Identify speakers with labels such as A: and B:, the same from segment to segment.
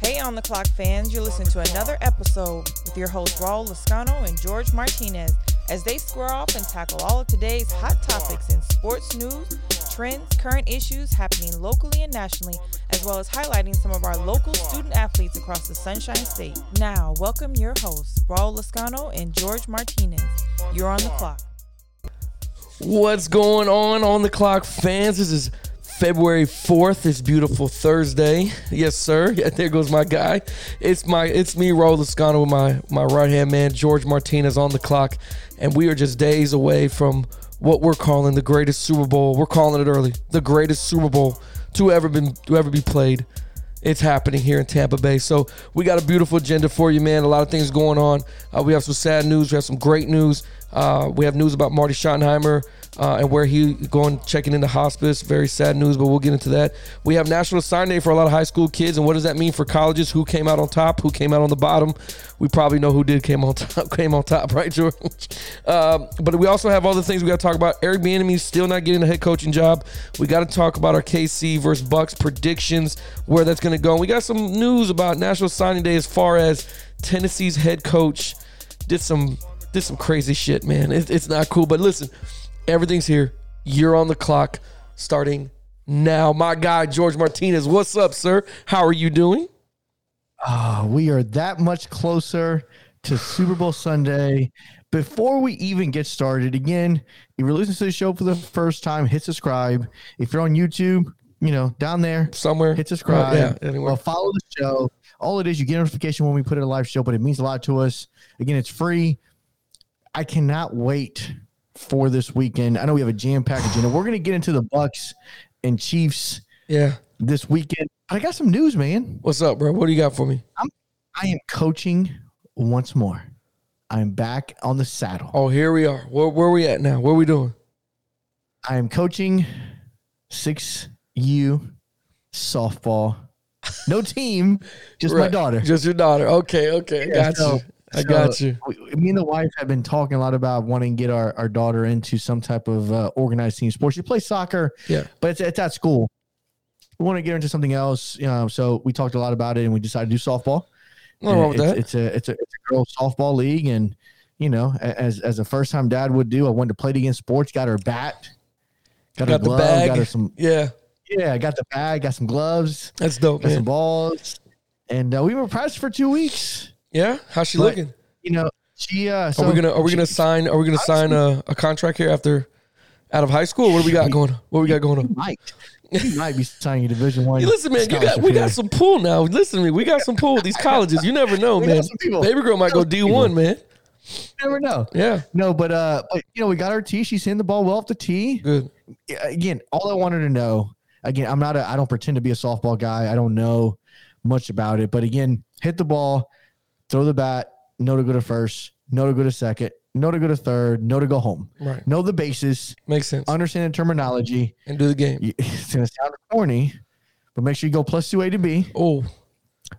A: Hey, On the Clock fans, you're listening to another episode with your hosts Raul Lascano and George Martinez as they square off and tackle all of today's hot topics in sports news, trends, current issues happening locally and nationally, as well as highlighting some of our local student athletes across the Sunshine State. Now, welcome your hosts Raul Lascano and George Martinez. You're on the clock.
B: What's going on on the clock, fans? This is February 4th, this beautiful Thursday. Yes, sir. Yeah, there goes my guy. It's my it's me, Raul Lascano, with my my right hand man, George Martinez on the clock. And we are just days away from what we're calling the greatest Super Bowl. We're calling it early. The greatest Super Bowl to ever been to ever be played. It's happening here in Tampa Bay. So we got a beautiful agenda for you, man. A lot of things going on. Uh, we have some sad news. We have some great news. Uh, we have news about Marty Schottenheimer uh, and where he going checking into hospice. Very sad news, but we'll get into that. We have National Sign Day for a lot of high school kids, and what does that mean for colleges? Who came out on top? Who came out on the bottom? We probably know who did came on top. Came on top, right, George? Um, but we also have all the things we got to talk about. Eric Bieniemy still not getting a head coaching job. We got to talk about our KC versus Bucks predictions, where that's going to go. And we got some news about National Signing Day as far as Tennessee's head coach did some did some crazy shit, man. It, it's not cool. But listen, everything's here. You're on the clock, starting now. My guy George Martinez, what's up, sir? How are you doing?
C: Ah, we are that much closer to Super Bowl Sunday. Before we even get started, again, if you're listening to the show for the first time, hit subscribe. If you're on YouTube, you know, down there,
B: Somewhere
C: hit subscribe.
B: Yeah, anywhere.
C: Well, follow the show. All it is, you get a notification when we put it a live show, but it means a lot to us. Again, it's free. I cannot wait for this weekend. I know we have a jam packed agenda. We're going to get into the Bucks and Chiefs
B: Yeah.
C: this weekend. But I got some news, man.
B: What's up, bro? What do you got for me?
C: I am coaching once more. I'm back on the saddle.
B: Oh, here we are. Where, where we at now? What are we doing?
C: I am coaching 6U softball. No team, just my
B: Right.
C: daughter.
B: Just your daughter. Okay, okay. I
C: Yeah,
B: got
C: so-
B: you. I
C: so-
B: got you.
C: We- me and the wife have been talking a lot about wanting to get our, our daughter into some type of uh, organized team sports. She plays soccer,
B: Yeah.
C: but it's, it's at school. We want to get her into something else. You know, so we talked a lot about it and we decided to do softball.
B: Nothing wrong with
C: it's,
B: that.
C: it's a it's a it's a girls softball league, and you know, a- as as a first time dad would do, I wanted to play it against sports. Got her bat, got, her
B: Got the
C: glove,
B: bag.
C: got her some
B: yeah,
C: yeah, got the bag, got some gloves,
B: that's dope,
C: got some
B: man.
C: balls, and uh, we were practicing for two weeks.
B: Yeah, how's she
C: But-
B: looking?
C: You know, she uh, so
B: are we gonna Are we gonna
C: she
B: sign? Are we gonna sign a, a contract here after out of high school? What do we got going? on? What we got going on?
C: might she might be signing a Division One.
B: Hey, listen, man, you got we got some pool now. Listen to me, we got some pool. These colleges, you never know,
C: We got
B: man.
C: some people.
B: Baby girl might go D one, man.
C: You never know.
B: Yeah,
C: No, but uh, but you know, we got our tee. She's hitting the ball well off the tee.
B: good.
C: again, all I wanted to know, again, I'm not a, I don't pretend to be a softball guy. I don't know much about it, but again, hit the ball, throw the bat, no to go to first, no to go to second, no to go to third, no to go home,
B: Right,
C: know the bases,
B: makes sense.
C: understand the terminology.
B: And do the game.
C: You- It's gonna sound corny, but make sure you go plus two A to B.
B: Oh,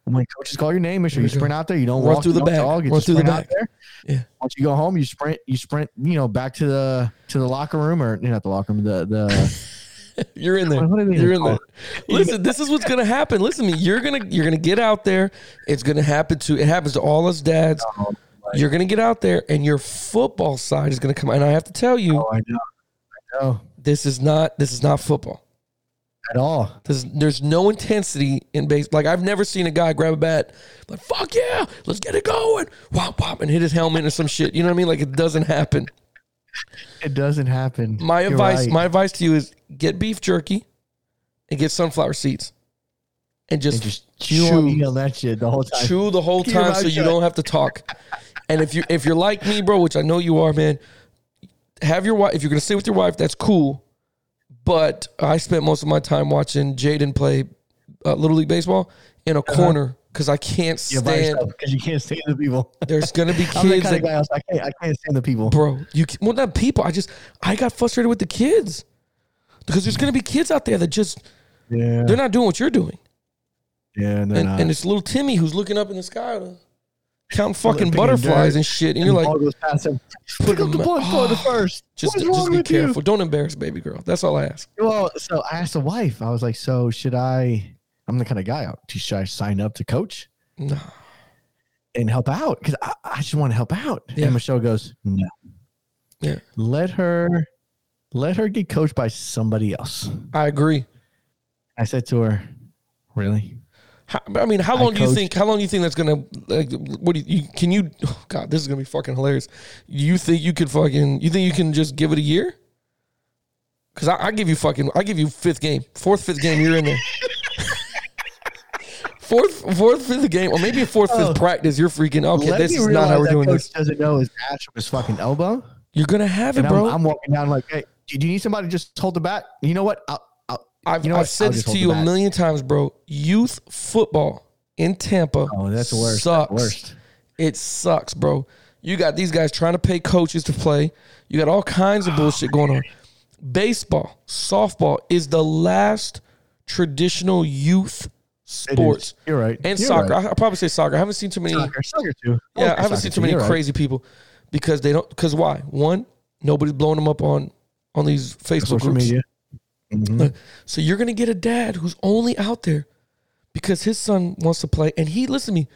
C: When coaches call your name, make sure
B: There
C: you
B: you go.
C: sprint out there. You don't
B: Run
C: walk
B: through
C: you
B: the
C: don't
B: back.
C: Jog, you
B: Run
C: just
B: through the
C: sprint out there.
B: Yeah.
C: Once you go home, you sprint. You sprint. You know, back to the to the locker room or not the locker room. The the
B: You're in there.
C: What do they
B: You're
C: even
B: in
C: call
B: there. Listen, this is what's gonna happen. Listen to me. You're gonna you're gonna get out there. It's gonna happen to it happens to all us dads.
C: Oh,
B: You're gonna get out there and your football side is gonna come out. And I have to tell you,
C: Oh, I know. I know.
B: this is not this is not football.
C: At all.
B: There's there's no intensity in base. Like I've never seen a guy grab a bat like fuck yeah, let's get it going. Wop wop and hit his helmet or some shit. You know what I mean? Like it doesn't happen.
C: It doesn't happen.
B: My
C: You're
B: advice
C: right.
B: my advice to you is get beef jerky and get sunflower seeds. And
C: And
B: just,
C: just chew on me on that shit the whole time.
B: chew the whole
C: Keep your
B: time
C: mouth
B: so you
C: shut.
B: don't have to talk. And if you if you're like me, bro, which I know you are, man, have your wife. If you're gonna stay with your wife, that's cool. But I spent most of my time watching Jaden play uh, little league baseball in a corner because I can't
C: You're Uh-huh. by
B: stand.
C: yourself because you can't stand the people.
B: There's gonna be
C: I'm that
B: kids,
C: kind of
B: that,
C: guy. Also, I can't. I can't stand the people.
B: bro. You ca- well not people. I just I got frustrated with the kids because there's gonna be kids out there that just
C: Yeah.
B: they're not doing what you're doing,
C: yeah. They're
B: and
C: not.
B: and it's little Timmy who's looking up in the sky. Counting
C: Picking
B: fucking
C: dirt.
B: butterflies and shit, and you're
C: the
B: like,
C: ball goes past him. Pick up the
B: them-
C: ball and throw it to
B: Oh,
C: first.
B: Just,
C: What's wrong
B: just be
C: with
B: careful. Don't embarrass baby girl. That's all I ask.
C: you? Well, so I asked the wife. I was like, so should I? I'm the kind of guy. I- Should I sign up to coach
B: No.
C: and help out? Because I, I just want to help out.
B: Yeah.
C: And Michelle goes, no.
B: Yeah.
C: Let her, let her get coached by somebody else.
B: I agree.
C: I said to her, really?
B: How, I mean, how
C: I
B: long do you
C: coach-
B: think? How long do you think that's gonna? Like, what do you, you can you? Oh God, this is gonna be fucking hilarious. You think you could fucking? You think you can just give it a year? Because I, I give you fucking. I give you fifth game, fourth, fifth game. You're in there. fourth, fourth, fifth game, or maybe fourth, fifth
C: Oh.
B: practice. You're freaking okay.
C: Let
B: This
C: me
B: is not
C: realize
B: how we're
C: that
B: doing
C: coach
B: this.
C: doesn't know his ass from his fucking elbow.
B: You're gonna have it,
C: And
B: bro.
C: I'm, I'm walking down like, hey, do do you need somebody to just hold the bat? You know what? I'll, I'll,
B: I've,
C: you know
B: I've
C: what? I'll
B: said this
C: just
B: to
C: hold
B: you
C: the
B: a
C: bat.
B: million times, bro. Youth football in Tampa.
C: Oh, that's the worst. That's
B: Sucks.
C: the worst.
B: It sucks, bro. You got these guys trying to pay coaches to play. You got all kinds of bullshit going on. Baseball, softball is the last traditional youth
C: It is.
B: sports.
C: You're right.
B: And
C: You're
B: soccer.
C: right.
B: I, I probably say soccer. I haven't seen too many.
C: Soccer. Soccer too.
B: Yeah, I haven't
C: Soccer
B: seen
C: too.
B: too many
C: You're right.
B: crazy people because they don't. Because why? One, nobody's blowing them up on on these Facebook
C: social
B: groups.
C: media. Mhm.
B: So you're gonna get a dad who's only out there because his son wants to play, and he listen to me.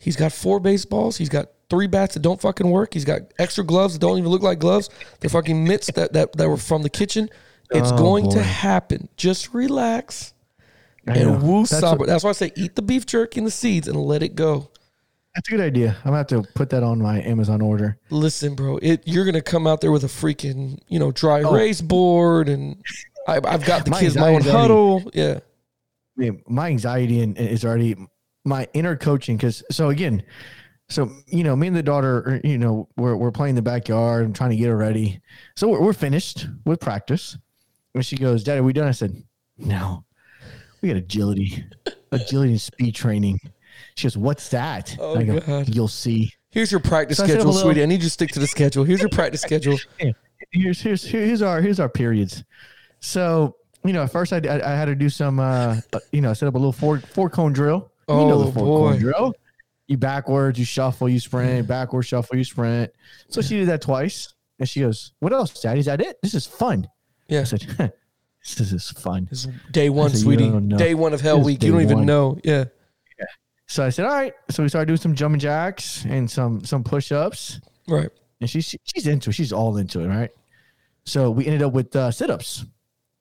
B: He's got four baseballs. He's got three bats that don't fucking work. He's got extra gloves that don't even look like gloves. They're fucking mitts that that, that were from the kitchen. It's
C: Oh,
B: going to
C: boy.
B: happen. Just relax
C: I know.
B: and woo
C: That's
B: sober.
C: a-
B: That's why I say eat the beef jerky and the seeds and let it go.
C: That's a good idea. I'm gonna have to put that on my Amazon order.
B: Listen, bro, it you're gonna come out there with a freaking you know dry erase board, and I, I've got the
C: Oh. My
B: kids my own
C: anxiety's already-
B: huddle. Yeah,
C: I mean, my anxiety and is already my inner coaching because so again, so you know, me and the daughter, are, you know, we're we're playing in the backyard and trying to get her ready. So we're, we're finished with practice, and she goes, "Daddy, we done?" I said, "No, we got agility, agility and speed training." She goes, "What's that?"
B: Oh,
C: And I go,
B: God.
C: "You'll see."
B: Here's your practice
C: So I set up
B: schedule,
C: a little-
B: sweetie. I need you to stick to the schedule. Here's your practice schedule.
C: here's here's here- here's our here's our periods. So you know, at first I I, I had to do some uh you know I set up a little four four cone drill. you know
B: Oh, boy.
C: drill. You backwards, you shuffle, you sprint, backwards shuffle, you sprint. So she did that twice, and she goes, "What else, Daddy? Is that it? This is fun."
B: Yeah.
C: I said, "This is fun."
B: It's day one,
C: I said, "You
B: sweetie.
C: don't know."
B: Day one of Hell
C: It's
B: Week. You
C: day
B: don't even
C: one.
B: know. Yeah.
C: So I said, "All right." So we started doing some jumping jacks and some some push ups,
B: Right.
C: and she's she's into it. She's all into it, right? So we ended up with uh, sit ups,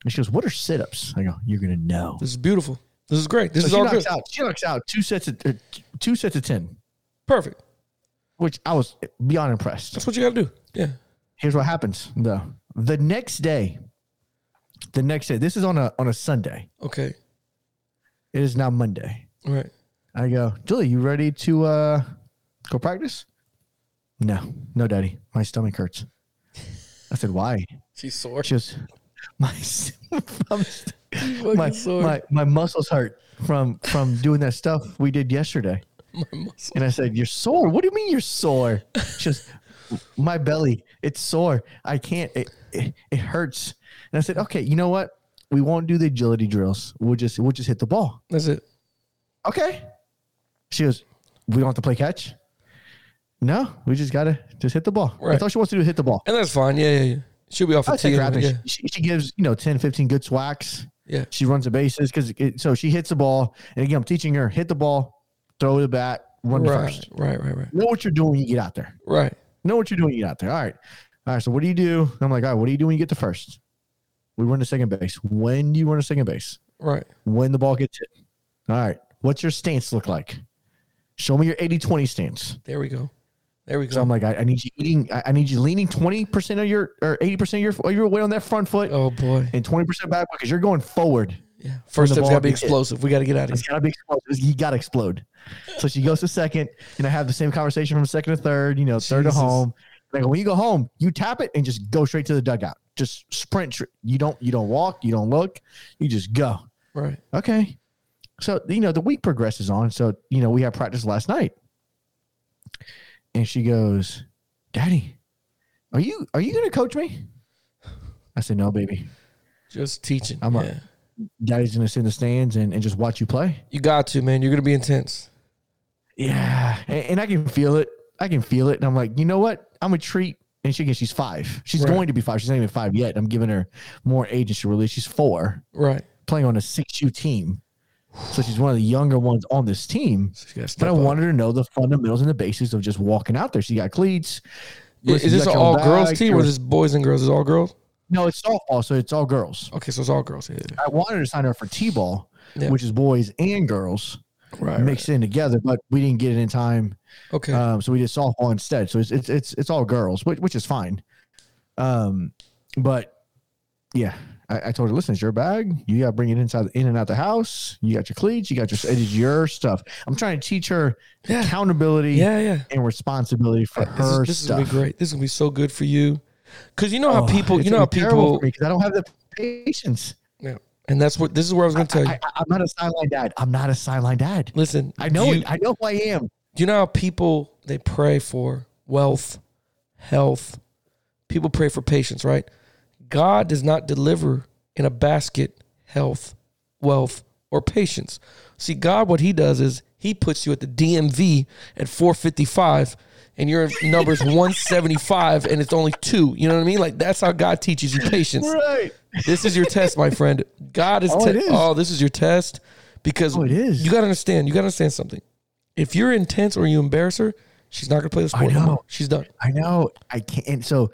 C: and she goes, "What are sit ups?" I go, "You're gonna know."
B: This is beautiful. This is great. This
C: So
B: is
C: she
B: all
C: knocks
B: good.
C: out. She knocks out two sets of uh, two sets of ten,
B: Perfect.
C: which I was beyond impressed.
B: That's what you got to do. Yeah.
C: Here's what happens though: the next day, the next day. This is on a on a Sunday.
B: Okay.
C: It is now Monday.
B: All right.
C: I go, Julie, you ready to uh, go practice? No, no, Daddy, my stomach hurts. I said, why?
B: She's sore.
C: She goes, my my, my,
B: fucking sore.
C: my my muscles hurt from from doing that stuff we did yesterday.
B: My muscle.
C: And I said, You're sore. What do you mean you're sore? She goes, My belly, it's sore. I can't, it, it, it hurts. And I said, Okay, you know what? We won't do the agility drills. We'll just we'll just hit the ball.
B: That's it.
C: Okay. She goes, We don't have to play catch. No, we just gotta just hit the ball.
B: Right.
C: That's all she wants to do is hit the ball.
B: And that's fine. Yeah. Yeah. Yeah. She'll be off
C: I
B: the
C: take
B: tee.
C: her out there.
B: Yeah.
C: She, she gives, you know, 10, 15 good swacks.
B: Yeah.
C: She runs the bases because so she hits the ball. And again, I'm teaching her hit the ball, throw the bat, run to
B: Right.
C: first.
B: Right. Right. Right.
C: Know what you're doing when you get out there.
B: Right.
C: know what you're doing. You get out there. All right. All right. So what do you do? I'm like, all right, what do you do when you get to first? We run to second base. When do you run to second base?
B: Right.
C: When the ball gets hit. All right. What's your stance look like? Show me your 80 20 stance.
B: There we go. There we
C: So
B: go.
C: I'm like, I, I need you eating, I, I need you leaning 20% of your or 80% of your, of your weight on that front foot
B: oh boy.
C: and 20% back because you're going forward.
B: Yeah. First
C: the
B: step's
C: ball
B: got to be
C: gets hit.
B: explosive. We got to get out of
C: It's
B: here.
C: gotta be explosive. You gotta explode. So she goes to second, and I have the same conversation from second to third. You know, third to
B: Jesus.
C: home. And I go, when you go home, you tap it and just go straight to the dugout. Just sprint. tr- You don't. You don't walk. You don't look. You just go.
B: Right.
C: Okay. So you know the week progresses on. So you know we had practice last night, and she goes, "Daddy, are you are you gonna coach me?" I said, "No, baby.
B: Just teaching.
C: I'm a-
B: Yeah.
C: Daddy's gonna sit in the stands and, and just watch you play."
B: You got to, man. You're going to be intense.
C: Yeah, and, and I can feel it. I can feel it, and I'm like, you know what? I'm a treat. And she again, she's five. She's
B: Right.
C: going to be five. She's not even five yet. I'm giving her more age than she really. is. She's four,
B: Right.
C: playing on a six U team. So she's one of the younger ones on this team.
B: She's gotta step
C: But I
B: up.
C: wanted her to know the fundamentals and the basics of just walking out there. She got cleats.
B: Yeah,
C: listen,
B: is
C: you
B: this
C: got
B: an
C: your
B: all girls
C: bag,
B: team
C: your-
B: or just boys and girls? Is it all girls?
C: No, it's softball, so it's all girls.
B: Okay, so it's all girls. Yeah, yeah.
C: I wanted to sign her for T-ball,
B: Yeah.
C: which is boys and girls
B: right. right.
C: mixed in together, but we didn't get it in time,
B: Okay,
C: um, so we did softball instead. So it's it's it's, it's all girls, which, which is fine. Um, but yeah, I, I told her, listen, it's your bag. You got to bring it inside, in and out the house. You got your cleats. You got your it is your stuff. I'm trying to teach her
B: Yeah.
C: accountability
B: yeah, yeah.
C: and responsibility for
B: This is,
C: her
B: this is
C: stuff.
B: gonna be great. This is gonna be so good for you, because you know how
C: Oh,
B: people,
C: it's
B: you know how
C: gonna be terrible
B: people,
C: for me 'cause I don't have the patience.
B: yeah. and that's what this is where I was gonna tell you.
C: I, I, I'm not a sideline dad. I'm not a sideline dad.
B: Listen,
C: I know
B: you,
C: it. I know who I am.
B: you know how people they pray for wealth, health. People pray for patience, right? God does not deliver in a basket health, wealth, or patience. See, God, what He does is He puts you at the DMV at 455, and your number's 175, and it's only two. You know what I mean? Like that's how God teaches you patience.
C: Right.
B: This is your test, my friend. God is,
C: Oh,
B: te-
C: it is.
B: oh, this is your test because
C: Oh, it is.
B: You got to understand. You got to understand something. If you're intense or you embarrass her, she's not going to play the sport. no
C: know.
B: more. She's done.
C: I know. I can't. And so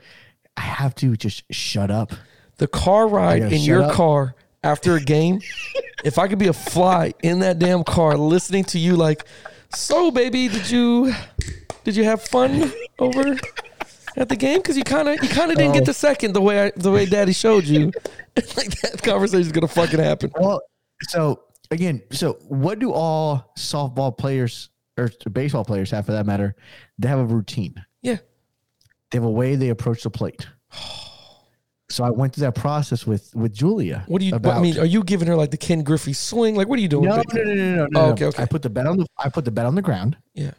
C: I have to just shut up.
B: The car ride
C: gotta
B: in
C: shut
B: your
C: up.
B: car after a game. if I could be a fly in that damn car, listening to you like, so baby, did you did you have fun over at the game? Because you kind of you kind of didn't get
C: Oh.
B: the second the way I, the way Daddy showed you. like that conversation's going to fucking happen.
C: Well, so again, so what do all softball players or baseball players have for that matter? They have a routine.
B: Yeah.
C: They have a way they approach the plate. So I went through that process with with Julia.
B: What do you? what-
C: About,
B: I mean, are you giving her like the Ken Griffey swing? Like, what are you doing?
C: no, no,
B: baby?
C: no, no, no, no, no.
B: Oh,
C: no.
B: okay, okay.
C: I put the bed on the I put the bed on the ground
B: Yeah,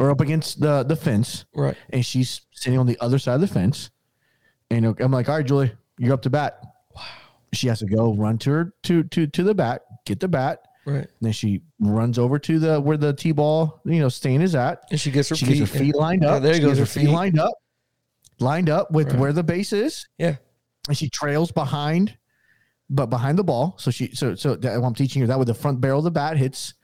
C: or up against the the fence.
B: right.
C: and she's sitting on the other side of the fence. And I'm like, all right, Julie, you're up to bat. Wow. She has to go run to her to to to the bat, get the bat.
B: Right.
C: And then she runs over to the where the T ball, you know, stand is at.
B: And she gets her
C: She
B: feet.
C: gets her feet lined
B: Yeah,
C: up.
B: there
C: she
B: goes
C: gets
B: her
C: her
B: feet.
C: feet lined up, lined up with
B: Right.
C: where the base is.
B: Yeah.
C: And she trails behind, but behind the ball. So she so so that I'm teaching her that with the front barrel of the bat hits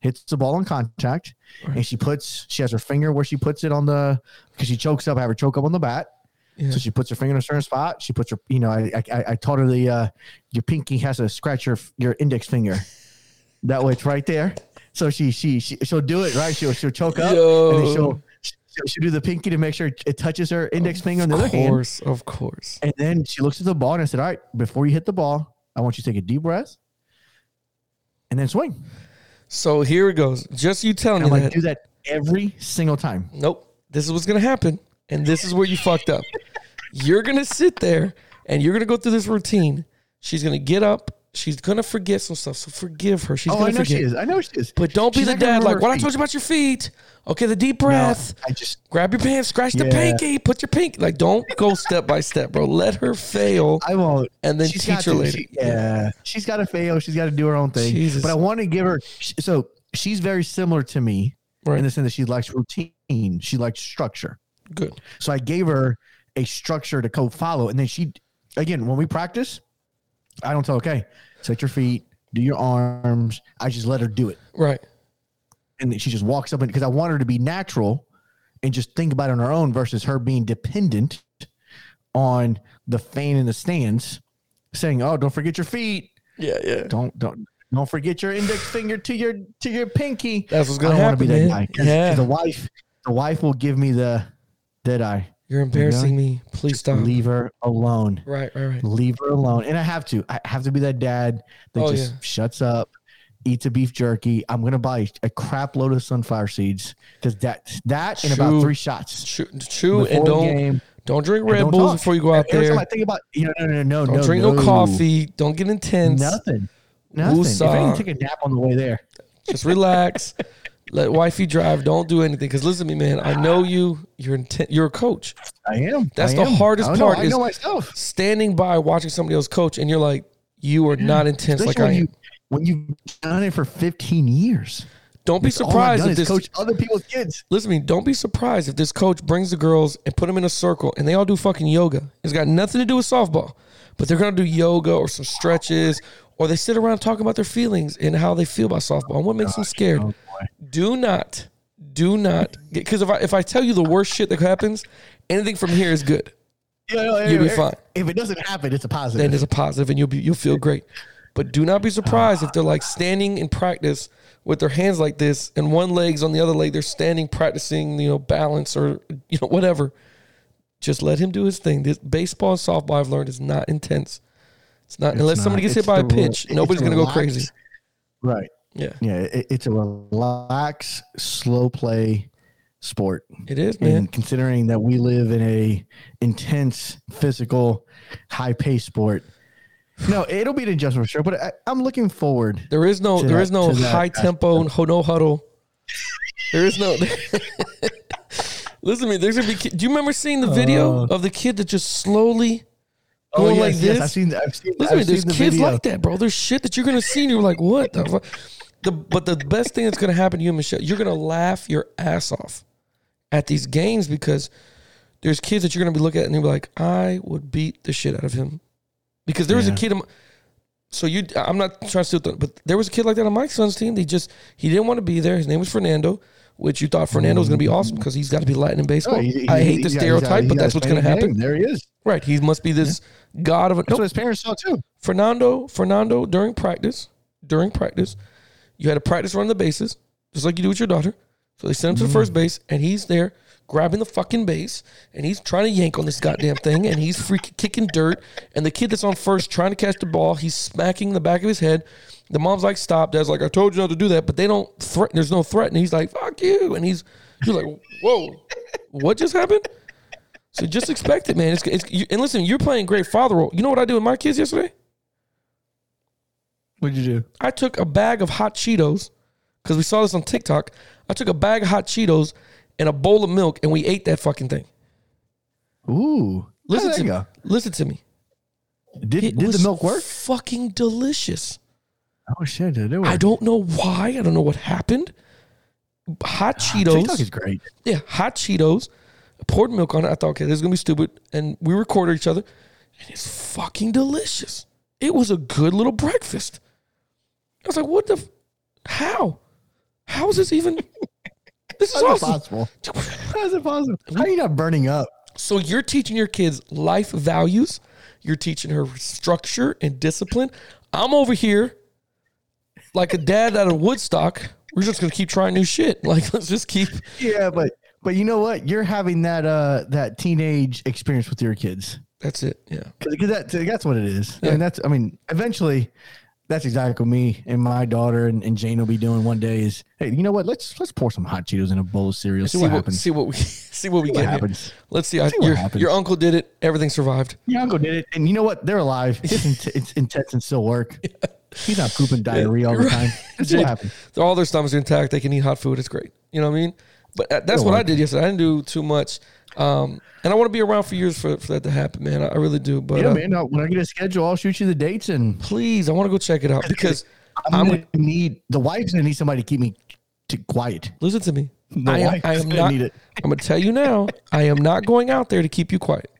C: hits the ball on contact.
B: Right.
C: And she puts she has her finger where she puts it on the because she chokes up, have her choke up on the bat.
B: Yeah.
C: So she puts her finger in a certain spot. She puts her, you know, I, I, I taught her the, uh, your pinky has to scratch your, your index finger. that way it's right there. So she, she, she she'll do it, right? She'll, she'll choke up and
B: Yo.
C: then she'll, she'll, she'll do the pinky to make sure it touches her index finger on the other
B: Of
C: hand.
B: course, of course.
C: And then she looks at the ball and I said, all right, before you hit the ball, I want you to take a deep breath and then swing.
B: So here it goes. Just you telling
C: And
B: me
C: I'm like,
B: that.
C: do that every single time.
B: nope. This is what's gonna happen, and this is where you fucked up. You're gonna sit there, and you're gonna go through this routine. She's gonna get up. She's gonna forget some stuff. So forgive her. She's
C: oh,
B: gonna
C: I know
B: forget.
C: she is. I know she is.
B: But don't be
C: She's
B: the
C: not gonna
B: dad like,
C: remember
B: "What
C: her
B: I told
C: feet."
B: you about your feet." Okay, the deep
C: No,
B: breath.
C: I just,
B: grab your pants, scratch the
C: Yeah.
B: pinky, put your pink. Like, don't go step by step, bro. Let her fail
C: I won't.
B: and then
C: She's got
B: teach her
C: to.
B: later.
C: She- yeah, she's got to fail. She's got to do her own thing.
B: Jesus.
C: But I want to give her. sh- So she's very similar to me
B: Right.
C: in the sense that she likes routine. She likes structure.
B: Good.
C: So I gave her a structure to co follow, and then she, again, when we practice, I don't tell. her, Okay, set your feet, do your arms. I just let her do it,
B: Right.
C: and then she just walks up and because I want her to be natural and just think about it on her own versus her being dependent on the fan in the stands saying, "Oh, don't forget your feet."
B: Yeah, yeah.
C: don't don't don't forget your index finger to your to your pinky.
B: That's what's
C: I
B: gonna
C: don't want to
B: happen.
C: be that guy.
B: man.
C: 'cause- 'cause
B: yeah.
C: the wife, the wife will give me the dead eye.
B: You're embarrassing me. Please stop.
C: Leave her alone.
B: Right, right, right.
C: Leave her alone. And I have to. I have to be that dad that
B: Oh,
C: just
B: yeah.
C: shuts up, eats a beef jerky. I'm gonna buy a crap load of sunflower seeds because that that in
B: True.
C: about three shots.
B: Chew, chew
C: before
B: and
C: the
B: don't
C: game,
B: don't drink
C: and
B: Red
C: don't
B: Bulls
C: talk.
B: before you go out
C: Every
B: there.
C: time I think about you know no no no
B: Don't
C: no
B: drink no,
C: no,
B: coffee. Don't get intense.
C: nothing nothing. If I
B: Woosah.
C: can take a nap on the way there.
B: Just relax. Let wifey drive. Don't do anything. Cause listen to me, man. I know you. You're intent. You're a coach.
C: I am.
B: That's
C: I
B: the
C: am.
B: hardest
C: I know,
B: part
C: I
B: is-
C: know myself.
B: Standing by watching somebody else coach, and you're like, you are not intense
C: Especially
B: like I
C: when
B: am.
C: you when you've done it for 15 years.
B: don't be
C: It's all I've
B: surprised
C: done
B: if this
C: is coach other people's kids.
B: Listen to me. Don't be surprised if this coach brings the girls and put them in a circle and they all do fucking yoga. It's got nothing to do with softball, but they're gonna do yoga or some stretches or they sit around talking about their feelings and how they feel about softball and what makes them scared.
C: Oh, boy.
B: Do not, do not, because if I if I tell you the worst shit that happens, anything from here is good.
C: Yeah, no,
B: You'll be
C: if-
B: fine.
C: If it doesn't happen, it's a
B: Then
C: positive.
B: there's a positive, and you'll be you'll feel great. But do not be surprised if they're like standing in practice with their hands like this, and one leg's on the other leg. They're standing practicing, you know, balance or you know whatever. Just let him do his thing. This baseball and softball, I've learned, is not intense. It's not unless
C: not.
B: somebody gets hit
C: It's
B: by a
C: the rel-
B: pitch.
C: it's
B: Nobody's gonna go
C: relaxed.
B: crazy.
C: Right.
B: Yeah,
C: Yeah. It, it's a relaxed, slow play sport.
B: it is, man.
C: And considering that we live in a intense, physical, high paced sport, no, it'll be an adjustment for sure. But I, I'm looking forward.
B: There is no
C: to
B: there
C: that-
B: is no
C: to that
B: high tempo and ho- no huddle. There is no. Listen to me. There's gonna be. kid- Do you remember seeing the video
C: Uh. Oh,
B: of the kid that just slowly going Oh, like this?
C: I've seen. I've seen.
B: Listen to me.
C: I've seen
B: There's
C: the
B: kids
C: video.
B: like that, bro. There's shit that you're gonna see, and you're like, what the. Fuck? The, but the best thing that's gonna happen to you, Michelle, you're gonna laugh your ass off at these games because there's kids that you're gonna be looking at and you'll be like, I would beat the shit out of him. Because there was a
C: Yeah.
B: kid in my- so you I'm not trying to steal th- but there was a kid like that on my son's team. They just he didn't want to be there. His name was Fernando, which you thought Fernando was gonna be awesome because he's gotta be Latin in baseball.
C: Oh, he- he-
B: I hate the
C: he's got- he's
B: stereotype,
C: got- he's
B: but
C: got
B: that's what's gonna
C: Spanish
B: happen.
C: name. There he is.
B: Right. He must be this god of a
C: That's what his parents saw too.
B: Fernando, Fernando, during practice, during practice, you had to practice run the bases, just like you do with your daughter. So they sent him to the first base, and he's there grabbing the fucking base, and he's trying to yank on this goddamn thing, and he's freaking kicking dirt. And the kid that's on first trying to catch the ball, he's smacking the back of his head. The mom's like, "Stop!" Dad's like, "I told you not to do that," but they don't threaten. There's no threat, and he's like, "Fuck you!" And he's you're like, "Whoa, what just happened?" So just expect it, man. It's, it's you, and listen, you're playing great father role. You know what I did with my kids yesterday?
C: What'd you do?
B: I took a bag of hot Cheetos because we saw this on TikTok. I took a bag of hot Cheetos and a bowl of milk, and we ate that fucking thing.
C: Ooh,
B: Listen
C: How'd
B: to me.
C: that go?
B: Listen to me.
C: Did,
B: It
C: did the
B: was
C: milk work?
B: Fucking delicious.
C: Oh shit, did it work?
B: I don't know why. I don't know what happened. Hot
C: TikTok
B: Cheetos.
C: is great.
B: Yeah, hot Cheetos. Poured milk on it. I thought, okay, this is gonna be stupid. And we recorded each other, and it's fucking delicious. It was a good little breakfast. I was like, what the? F- how? How is this even? This is
C: How's
B: awesome.
C: it possible? How's it possible? How are you not burning up?
B: So you're teaching your kids life values. You're teaching her structure and discipline. I'm over here like a dad out of Woodstock. We're just gonna keep trying new shit. Like let's just keep.
C: Yeah, but but you know what? You're having that uh that teenage experience with your kids
B: That's it. Yeah.
C: because that that's what it is.
B: Yeah.
C: And that's I mean, eventually, that's exactly what me and my daughter and, and Jane will be doing one day. Is hey, you know what? Let's let's pour some hot Cheetos in a bowl of cereal. See
B: See
C: what
B: what,
C: happens.
B: see what we see what we
C: what
B: get. here.
C: happens.
B: Let's see. I,
C: See what
B: your,
C: happens.
B: your uncle did it. Everything survived.
C: Your uncle did it, and you know what? They're alive. It's, in, it's intense and still work. He's not pooping diarrhea all the time. That's
B: Jane-
C: what happened.
B: All their stomachs are intact. They can eat hot food. It's great. You know what I mean? But uh, that's
C: It'll
B: what I
C: work.
B: did yesterday. I didn't do too much, um, and I want to be around for years for, for that to happen, man. I, I really do. But
C: Yeah,
B: uh,
C: man. I'll- When I get a schedule, I'll shoot you the dates, and
B: please, I want to go check it out because
C: I'm,
B: I'm-
C: gonna need the wife's gonna need somebody to keep me to quiet.
B: listen to me.
C: The
B: I,
C: wife's
B: I am
C: gonna
B: not.
C: need it.
B: I'm gonna tell you now. I am not going out there to keep you quiet.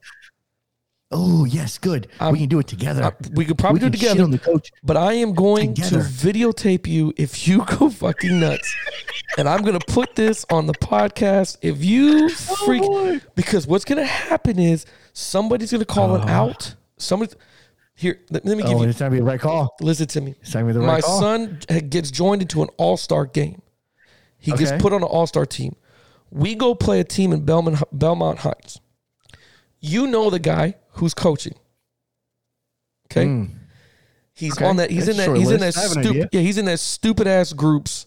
C: Oh yes, good.
B: I'm-
C: we can do it together.
B: I- Uh, we could
C: we
B: probably
C: can
B: do it
C: shit
B: together,
C: on the coach.
B: but I am going
C: Together.
B: to videotape you if you go fucking nuts, and I'm gonna put this on the podcast. If you freak,
C: Oh, boy.
B: because what's gonna happen is somebody's gonna call it
C: Oh.
B: out. Somebody here. Let, let me give
C: Oh, and
B: you.
C: it's time to be the right call.
B: Listen to me.
C: It's time to be the
B: my
C: right call.
B: son gets joined into an all-star game. He
C: Okay.
B: gets put on an all-star team. We go play a team in Belmont, Belmont Heights. You know the guy who's coaching. Okay.
C: Mm.
B: He's
C: Okay.
B: on that. He's
C: That's
B: in that.
C: short
B: He's in that
C: list. I have an idea.
B: stupid. Yeah, he's in that stupid ass groups.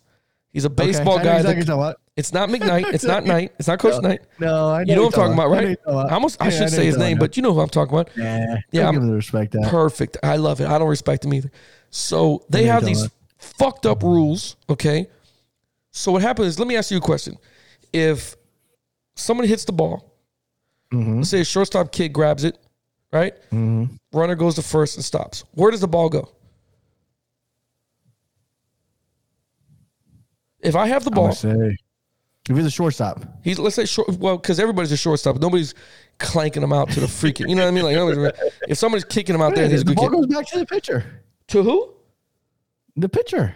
B: He's a baseball
C: I know
B: guy.
C: exactly
B: that-
C: what you're talking about.
B: it's not McKnight. It's not Knight. It's not Coach Knight.
C: No, I know
B: You know
C: you're
B: what I'm talking about,
C: I know
B: right?
C: you're talking
B: I
C: about.
B: almost I
C: Yeah,
B: should
C: know
B: say
C: you're
B: his
C: talking
B: name,
C: about.
B: but you know who I'm talking about.
C: Nah,
B: Yeah,
C: don't
B: I'm-
C: give him the respect that.
B: Perfect. I love it. I don't respect them either. So they have
C: don't.
B: these fucked up rules. Okay. So what happens is, let me ask you a question. If somebody hits the ball,
C: Mhm.
B: let's say a shortstop kid grabs it, right?
C: Mhm.
B: Runner goes to first and stops. Where does the ball go? If I have the
C: I
B: ball,
C: say, if he's a shortstop,
B: He's let's say short. Well, because everybody's a shortstop. Nobody's clanking them out to the freaking. You know what I mean? Like nobody's, if somebody's kicking them out there,
C: Man,
B: there's a
C: the
B: good
C: ball
B: kid.
C: goes back to the pitcher.
B: To who?
C: The pitcher.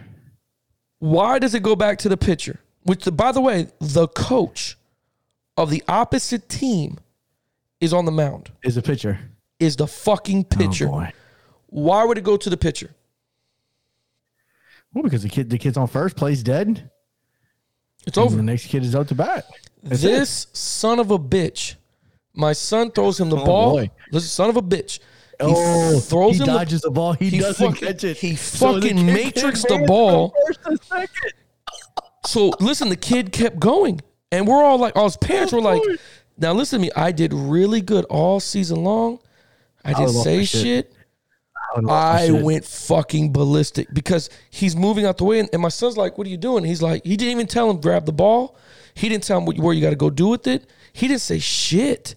B: Why does it go back to the pitcher? Which, by the way, the coach of the opposite team is on the mound,
C: Is a pitcher.
B: is the fucking pitcher.
C: Oh, boy.
B: Why would it go to the pitcher?
C: Well, because the kid the kid's on first, plays dead.
B: It's
C: and
B: over.
C: The next kid is out to bat. Mm-hmm. That's it.
B: this son of a bitch. My son throws him the
C: Oh,
B: ball.
C: boy.
B: This son of a bitch. He
C: oh,
B: throws
C: he
B: him the
C: dodges the, ball. He,
B: he
C: doesn't
B: fucking-
C: catch it.
B: he
C: So
B: fucking
C: kid
B: matrixed the
C: can't advance
B: ball.
C: from first to second.
B: So listen, the kid kept going, and we're all like, all his parents
C: Oh,
B: were like,
C: boy.
B: "Now listen to me, I did really good all season long. I
C: would've
B: didn't
C: lost my
B: say
C: shit.
B: shit.
C: would've lost my
B: I
C: shit.
B: went fucking ballistic because he's moving out the way, and, and my son's like, "What are you doing?" He's like, he didn't even tell him grab the ball. He didn't tell him what, where you got to go do with it. He didn't say shit.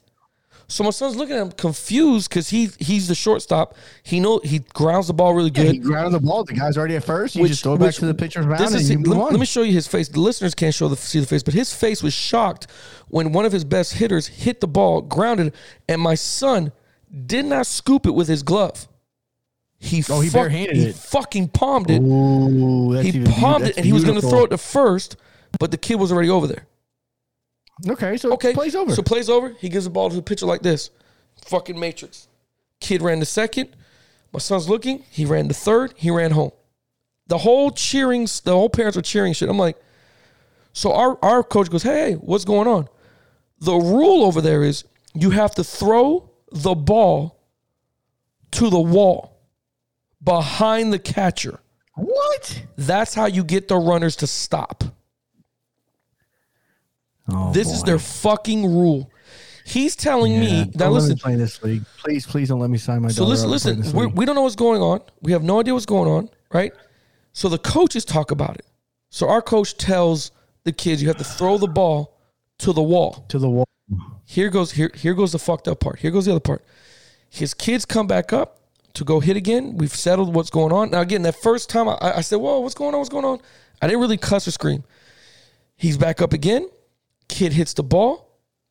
B: So my son's looking at him confused because he he's the shortstop. He know he grounds the ball really
C: Yeah,
B: good.
C: he grounded the ball. The guy's already at first. You
B: Which-
C: just throw it back
B: which-
C: to the pitcher's mound
B: This
C: and
B: is,
C: you
B: let,
C: move on.
B: let me show you his face. The listeners can't show the see the face, but his face was shocked when one of his best hitters hit the ball, grounded, and my son did not scoop it with his glove. He
C: Oh, he
B: fuck-
C: barehanded
B: he
C: it.
B: fucking palmed it.
C: Ooh, that's
B: he
C: even-
B: palmed it,
C: that's
B: and he was going to
C: beautiful.
B: throw it to first, but the kid was already over there.
C: Okay, so
B: Okay,
C: okay. Oh, plays over.
B: So plays over. He gives the ball to the pitcher like this. Fucking matrix. Kid ran to second. My son's looking. He ran to third. He ran home. The whole cheering, the whole parents were cheering shit. I'm like, so our, our coach goes, hey, what's going on? The rule over there is you have to throw the ball to the wall behind the catcher.
C: what?
B: That's how you get the runners to stop.
C: Oh,
B: This is
C: boy.
B: their fucking rule. He's telling
C: Yeah,
B: me,
C: don't
B: now
C: let me
B: listen,
C: play in this league. Please, please don't let me sign my.
B: So listen, listen. We're, we don't know what's going on. We have no idea what's going on, right? So the coaches talk about it. So our coach tells the kids you have to throw the ball to the wall.
C: to the wall.
B: Here goes here here goes the fucked up part. Here goes the other part. His kids come back up to go hit again. We've settled what's going on. Now again, that first time I, I said, "Whoa, what's going on? What's going on?" I didn't really cuss or scream. He's back up again. Kid hits the ball.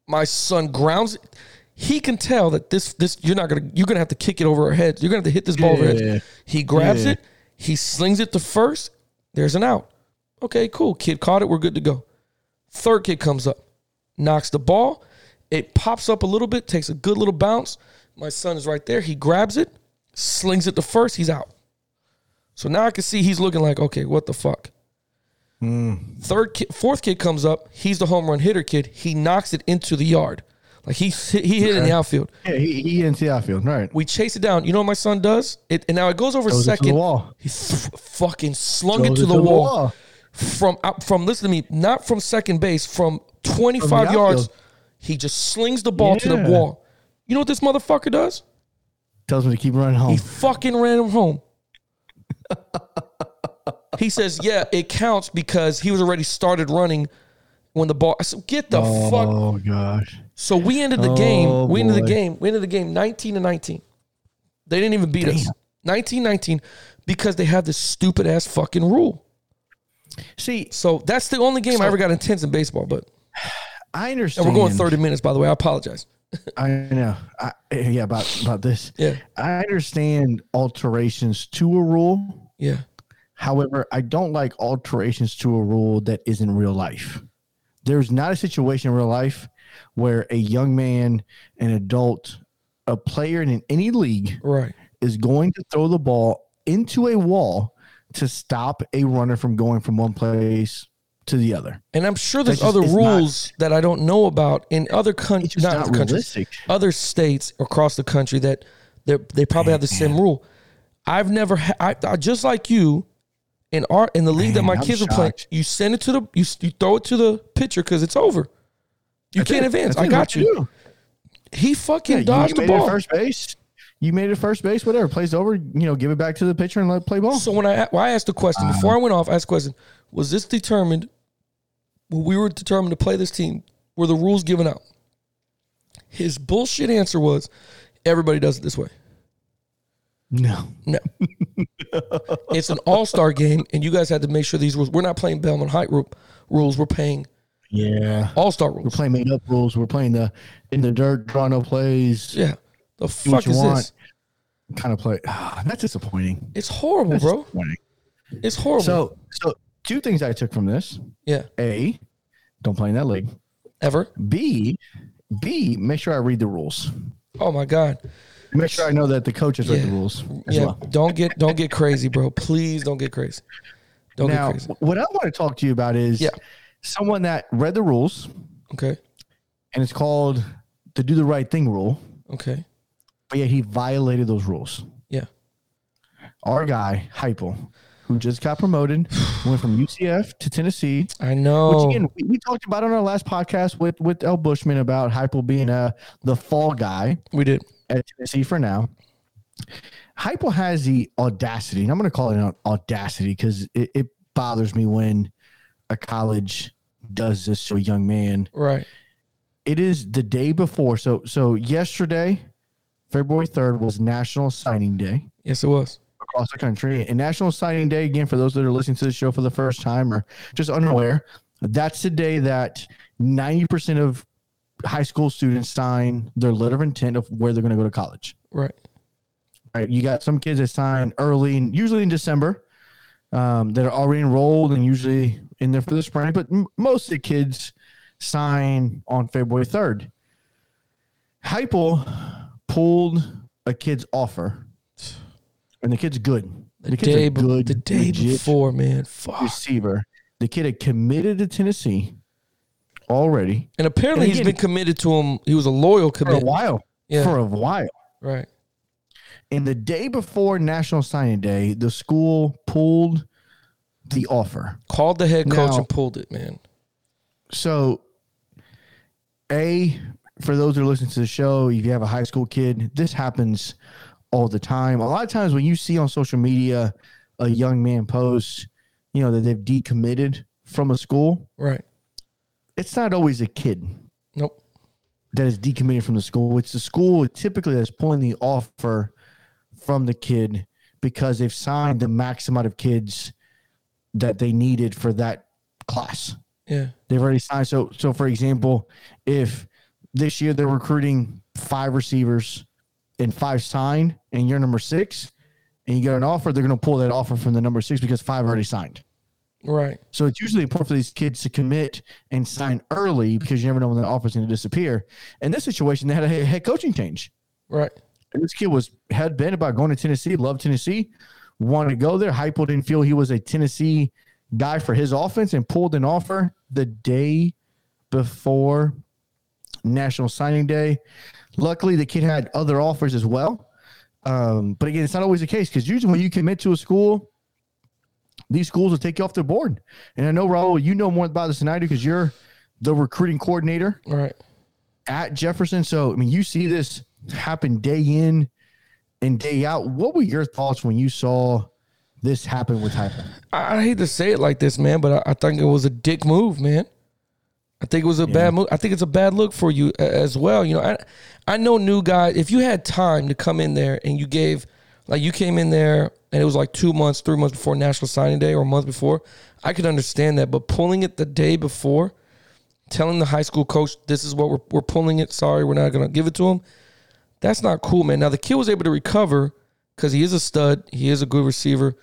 B: My son grounds it. He can tell that this this you're not gonna you're gonna have to kick it over our heads. You're gonna have to hit this ball over our
C: Yeah.
B: heads. He grabs
C: Yeah.
B: it. He slings it to first. There's an out. Okay, cool. Kid caught it. We're good to go. Third kid comes up, knocks the ball. It pops up a little bit, takes a good little bounce. My son is right there. He grabs it, slings it to first. He's out. So now I can see he's looking like, okay, what the fuck?
C: Hmm.
B: Third, kid, fourth kid comes up. He's the home run hitter kid. He knocks it into the yard, like he he hit it in the outfield.
C: Yeah, he, he didn't see outfield. Right.
B: We chase it down. You know what my son does? It and now it goes over
C: Throws it to the
B: second.
C: wall.
B: He th- fucking slung it
C: Throws
B: to, the, wall. from out from listen to me, not from second base, from twenty five yards.
C: outfield.
B: He just slings the ball to
C: Yeah.
B: the wall. You know what this motherfucker does?
C: Tells me to keep running home.
B: He fucking ran him home. he says, "Yeah, it counts because he was already started running when the ball." I said, "Get the fuck!"
C: Oh gosh.
B: So we ended the
C: Oh,
B: game. We ended the
C: boy.
B: game. We ended the game nineteen to nineteen. They didn't even beat us. 19-19 because they have this stupid ass fucking rule.
C: See,
B: So that's the only game I ever got intense in baseball. But
C: I
B: and
C: understand.
B: we're going thirty minutes, by the way. I apologize.
C: I know. I, yeah, about about this.
B: Yeah,
C: I understand alterations to a rule.
B: yeah.
C: However, I don't like alterations to a rule that isn't real life. There's not a situation in real life where a young man, an adult, a player in any league
B: Right.
C: is going to throw the ball into a wall to stop a runner from going from one place to the other.
B: And I'm sure there's
C: It's just-
B: other
C: it's not-
B: rules that I don't know about in other
C: It's
B: countries,
C: just
B: not,
C: not,
B: other countries,
C: realistic.
B: other states across the country that they they probably have the same rule. I've never, ha- I, I just like you, in our in the league that
C: Man,
B: my
C: I'm
B: kids are playing,
C: shocked.
B: you send it to the you, s- you throw it to the pitcher because it's over. You
C: That's
B: can't
C: it.
B: advance.
C: That's
B: I
C: it.
B: got
C: What
B: you.
C: do.
B: He fucking
C: Yeah, you
B: dodged the
C: made it at
B: ball.
C: First base. You made it first base. Whatever. Plays over. You know, give it back to the pitcher and let play ball.
B: So when I when I asked the question
C: Uh-huh.
B: before I went off, I asked the question: Was this determined when we were determined to play this team? Were the rules given out? His bullshit answer was, "Everybody does it this way."
C: no.
B: No, it's an all star game, and you guys had to make sure these rules. We're not playing Bellman Height ru- rules. We're paying
C: Yeah.
B: all star
C: We're
B: rules.
C: playing made up rules. We're playing the in the dirt, draw no plays,
B: Yeah, the
C: do what
B: fuck
C: you
B: is
C: want
B: this?
C: kind of play. Ah, that's disappointing.
B: It's horrible,
C: That's
B: bro.
C: disappointing.
B: It's horrible.
C: So, so two things I took from this:
B: yeah.
C: a, don't play in that league.
B: Ever.
C: B, B, make sure I read the rules.
B: Oh my God.
C: Make sure I know that the coaches read
B: Yeah.
C: the rules as
B: Yeah.
C: well.
B: Don't get don't get crazy, bro. Please don't get crazy. Don't
C: now,
B: get crazy.
C: what I want to talk to you about is
B: Yeah.
C: someone that read the rules,
B: Okay.
C: and it's called the "do the right thing" rule.
B: Okay.
C: But yeah, he violated those rules.
B: Yeah.
C: Our guy Hypel, who just got promoted, went from UCF to Tennessee.
B: I
C: Which
B: know.
C: again, we, we talked about on our last podcast with with El Bushman about Hypel being uh, the fall guy
B: we did.
C: at Tennessee for now. Hypel has the audacity, and I'm going to call it an audacity because it, it bothers me when a college does this to a young man.
B: Right.
C: It is the day before, so so yesterday, February 3rd was National Signing Day
B: Yes, it was.
C: across the country. And National Signing Day, again, for those that are listening to the show for the first time or just unaware, that's the day that 90% of high school students sign their letter of intent of where they're going to go to college.
B: Right.
C: Right? You got some kids that sign early, and usually in December, um, that are already enrolled and usually in there for the spring, but m- most of the kids sign on February 3rd. Hypel pulled a kid's offer, and the kid's good.
B: The,
C: kid's a
B: day, be-
C: good,
B: the day
C: legit
B: before, man. Fuck.
C: receiver. The kid had committed to Tennessee already
B: And apparently
C: And
B: he's
C: again-
B: been committed to him. He was a loyal
C: for a
B: commit.
C: while.
B: Yeah.
C: For a while.
B: Right.
C: And the day before National Signing Day, the school pulled the offer.
B: Called the head coach
C: Now-
B: and pulled it, man.
C: So, A, for those who are listening to the show, if you have a high school kid, this happens all the time. A lot of times when you see on social media a young man post, you know, that they've decommitted from a school,
B: Right.
C: it's not always a kid
B: Nope.
C: that is decommitted from the school. It's the school typically that's pulling the offer from the kid because they've signed the max amount of kids that they needed for that class.
B: Yeah.
C: They've already signed. So, so for example, if this year they're recruiting five receivers and five signed, and you're number six, and you get an offer, they're going to pull that offer from the number six because five already signed.
B: Right.
C: So it's usually important for these kids to commit and sign early because you never know when the offer's going to disappear. In this situation, they had a he- head coaching change.
B: Right.
C: And this kid was had been about going to Tennessee, loved Tennessee, wanted to go there. Hypo didn't feel he was a Tennessee guy for his offense and pulled an offer the day before National Signing Day. Luckily, the kid had other offers as well. Um, but again, it's not always the case because usually when you commit to a school, these schools will take you off their board. And I know, Raul, you know more about this than I do because you're the recruiting coordinator
B: Right.
C: at Jefferson. So, I mean, you see this happen day in and day out. What were your thoughts when you saw this happen with Hyper?
B: I, I hate to say it like this, man, but I, I think it was a dick move, man. I think it was a bad move. I think it's a bad look for you a- as well. You know, I I know new guy. If you had time to come in there and you gave, like you came in there and it was like two months, three months before National Signing Day or a month before, I could understand that. But pulling it the day before, telling the high school coach this is what we're we're pulling it. Sorry, we're not gonna give it to him. That's not cool, man. Now the kid was able to recover because he is a stud. He is a good receiver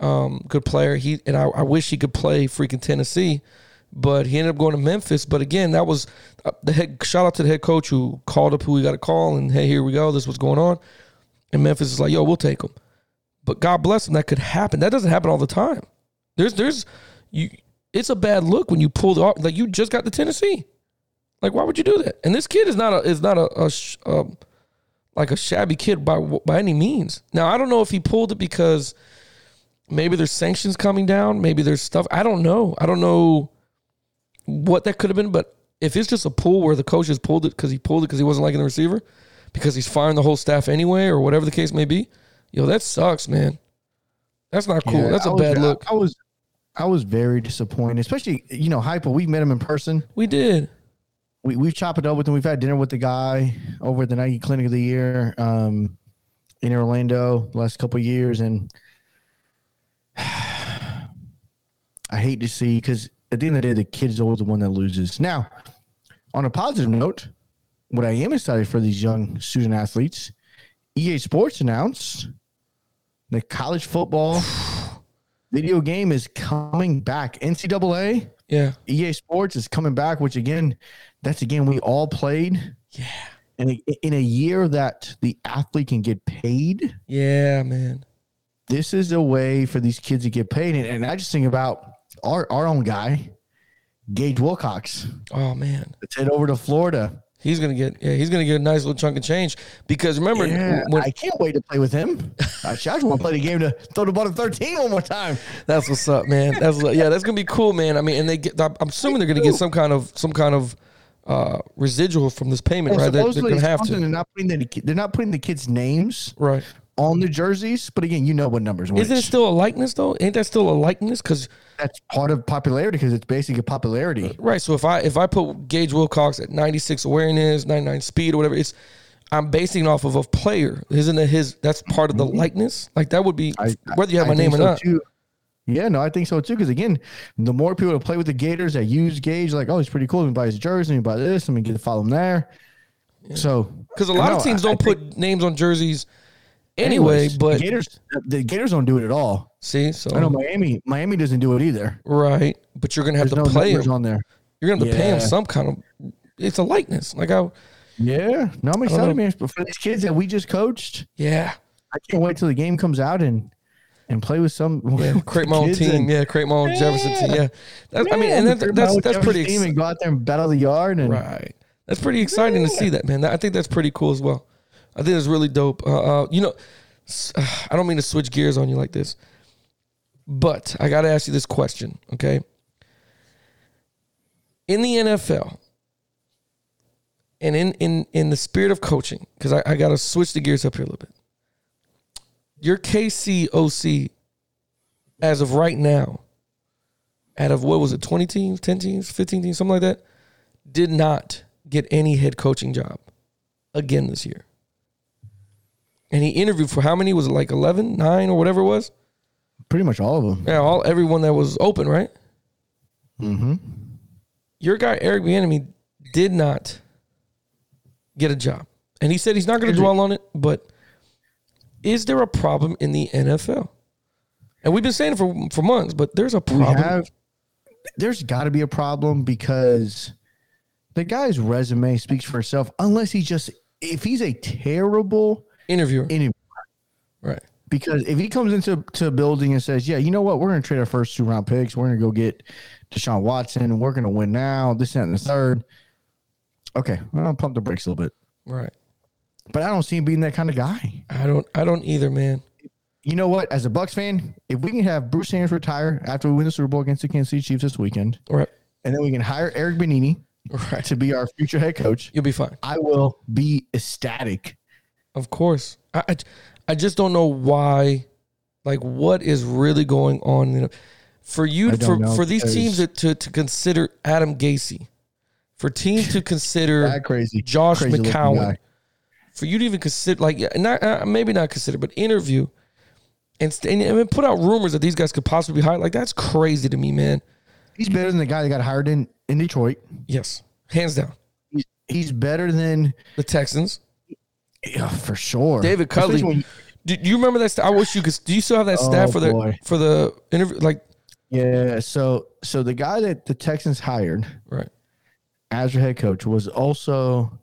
B: um, good player. He and I, I wish he could play freaking Tennessee, but he ended up going to Memphis. But again, that was uh, the head. Shout out to the head coach who called up who he got to call and hey, here we go. This is what's going on. And Memphis is like, yo, we'll take him. But God bless him. That could happen. That doesn't happen all the time. There's there's you. It's a bad look when you pull the like you just got to Tennessee. Like why would you do that? And this kid is not a is not a, a sh- um, like a shabby kid by by any means. Now I don't know if he pulled it because maybe there's sanctions coming down maybe there's stuff i don't know i don't know what that could have been but if it's just a pull where the coach has pulled it because he pulled it because he wasn't liking the receiver because he's firing the whole staff anyway or whatever the case may be yo that sucks man that's not cool that's
C: a
B: a bad look
C: I, was I was very disappointed, especially you know Hypo. We've met him in person.
B: we did
C: We we've chopped it up with him. We've had dinner with the guy over at the Nike Clinic of the Year um, in Orlando the last couple of years, and I hate to see because at the end of the day, the kid's always the one that loses. Now, on a positive note, what I am excited for these young student athletes, E EA Sports announced that college football Video game is coming back. NCAA,
B: Yeah.
C: EA E Sports is coming back, which again, that's a game we all played.
B: Yeah.
C: And i- in a year that the athlete can get paid,
B: Yeah, man.
C: this is a way for these kids to get paid. And, and I just think about our, our own guy, Gage Wilcox,
B: Oh man.
C: let's head over to Florida.
B: He's gonna get yeah, he's gonna get a nice little chunk of change. Because remember
C: Yeah,
B: when,
C: I can't wait to play with him. I just want to play the game to throw the ball to 13 one more time.
B: That's what's up, man. That's what's up. yeah, that's gonna be cool, man. I mean, and they get. I'm assuming they're gonna get some kind of some kind of uh, residual from this payment,
C: And
B: right? They, they're
C: Oh, supposedly
B: gonna
C: it's
B: have
C: something
B: to,
C: They're not putting the ki- they're not putting the kids' names
B: right?
C: on the jerseys, but again, you know what numbers.
B: Isn't it
C: which.
B: still a likeness though? Ain't that still a likeness? Because
C: that's part of popularity because it's basically popularity.
B: right, so if I if I put Gage Wilcox at 96 awareness, 99 speed, or whatever, it's I'm basing off of a player. Isn't that his? That's part of the likeness. Like that would be
C: Mm-hmm. I-
B: whether you have
C: I
B: my
C: think
B: name or
C: so,
B: not.
C: too. Yeah, no, I think so too. Because again, the more people that play with the Gators that use Gage, like, oh, he's pretty cool. Let me buy his jersey. Let me buy this. Let me get to follow him there. So,
B: Because a lot
C: no,
B: of teams
C: I- I
B: don't put names on jerseys anyway.
C: anyways,
B: but Oh.
C: Gators, the Gators don't do it at all.
B: see, so
C: I know Miami, Miami doesn't do it either.
B: right, but you're gonna have
C: There's no
B: to play him.
C: numbers on there.
B: You're gonna have to pay him
C: Yeah.
B: some kind of. It's a likeness. Like I,
C: Yeah, no, I'm
B: know.
C: excited, man. But for these kids that we just coached,
B: yeah,
C: I can't wait till the game comes out and and play with some
B: yeah.
C: with
B: Create
C: the
B: my own
C: kids
B: team.
C: and-
B: yeah, create my own Jefferson team. Yeah, that's, I mean, and
C: Yeah,
B: that,
C: create my
B: that's
C: own
B: that's
C: Jefferson
B: pretty
C: team
B: ex-
C: and go out there and battle the yard and
B: right. That's pretty exciting to see that, man. That- I think that's pretty cool as well. I think it's really dope. Uh, uh, you know, s- I don't mean to switch gears on you like this, but I got to ask you this question, okay? In the NFL, and in in in the spirit of coaching, because I, I got to switch the gears up here a little bit. Your KCOC, as of right now, out of what was it, twenty teams, ten teams, fifteen teams, something like that, did not get any head coaching job again this year. And he interviewed for how many was it like 11, 9 or whatever it was?
C: pretty much all of them.
B: Yeah, all everyone that was open, right?
C: Mm-hmm.
B: Your guy Eric Bieniemy did not get a job. And he said he's not going to dwell on it, but is there a problem in the NFL? And we've been saying it for for months, but there's a
C: We
B: problem.
C: have. There's got to be a problem because the guy's resume speaks for itself. Unless he just if he's a terrible
B: interviewer.
C: interviewer,
B: right.
C: because if he comes into to a building and says, "Yeah, you know what? We're going to trade our first two round picks. We're going to go get Deshaun Watson. and We're going to win now. This that, and the third. Okay, well, I'll pump the brakes a little bit,
B: Right.
C: but I don't see him being that kind of guy.
B: I don't I don't either, man.
C: you know what? As a Bucks fan, if we can have Bruce Arians retire after we win the Super Bowl against the Kansas City Chiefs this weekend,
B: Right.
C: and then we can hire Eric Benini
B: Right.
C: to be our future head coach,
B: You'll be fine.
C: I will be ecstatic.
B: Of course. I, I, I just don't know why, like, what is really going on. You know, for you,
C: I
B: for,
C: don't know,
B: for these
C: because-
B: teams to, to, to consider Adam Gacy, for teams to consider
C: That crazy.
B: Josh
C: crazy looking
B: McCown,
C: guy.
B: for you to even consider, like, yeah, not, uh, maybe not consider, but interview and, st- and, and put out rumors that these guys could possibly be hired. Like, that's crazy to me, man.
C: He's better than the guy that got hired in, in Detroit.
B: Yes. Hands down.
C: He's, he's better than,
B: The Texans.
C: yeah, for sure.
B: David
C: Especially
B: Culley.
C: when-
B: Do, do you remember that? St- I wish you could. Do you still have that stat
C: Oh,
B: for the
C: boy.
B: for the interview? Like,
C: Yeah. So, so the guy that the Texans hired
B: right?
C: as your head coach was also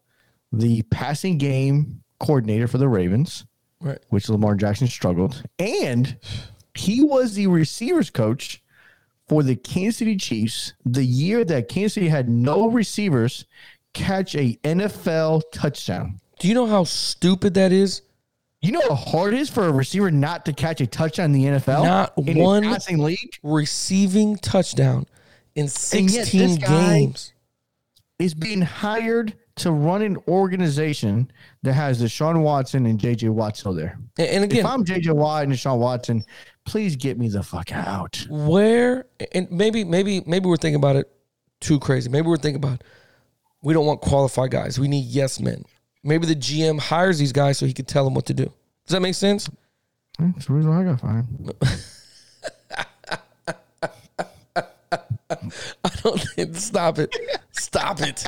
C: the passing game coordinator for the Ravens.
B: Right.
C: which Lamar Jackson struggled. And he was the receivers coach for the Kansas City Chiefs the year that Kansas City had no receivers catch a NFL touchdown.
B: Do you know how stupid that is?
C: You know how hard it is for a receiver not to catch a touchdown in the NFL?
B: Not
C: in a
B: one-
C: passing league
B: Receiving touchdown in
C: And yet
B: 16
C: this guy-
B: games.
C: is being hired to run an organization that has Deshaun Watson and JJ Watt still there.
B: And, and
C: If
B: again,
C: I'm JJ Watt and Deshaun Watson, please get me the fuck out.
B: where and maybe maybe maybe we're thinking about it too crazy. Maybe we're thinking about we don't want qualified guys. We need yes men. Maybe the GM hires these guys so he can tell them what to do. Does that make sense?
C: That's the reason why I got fired.
B: I don't think, stop it. Stop it.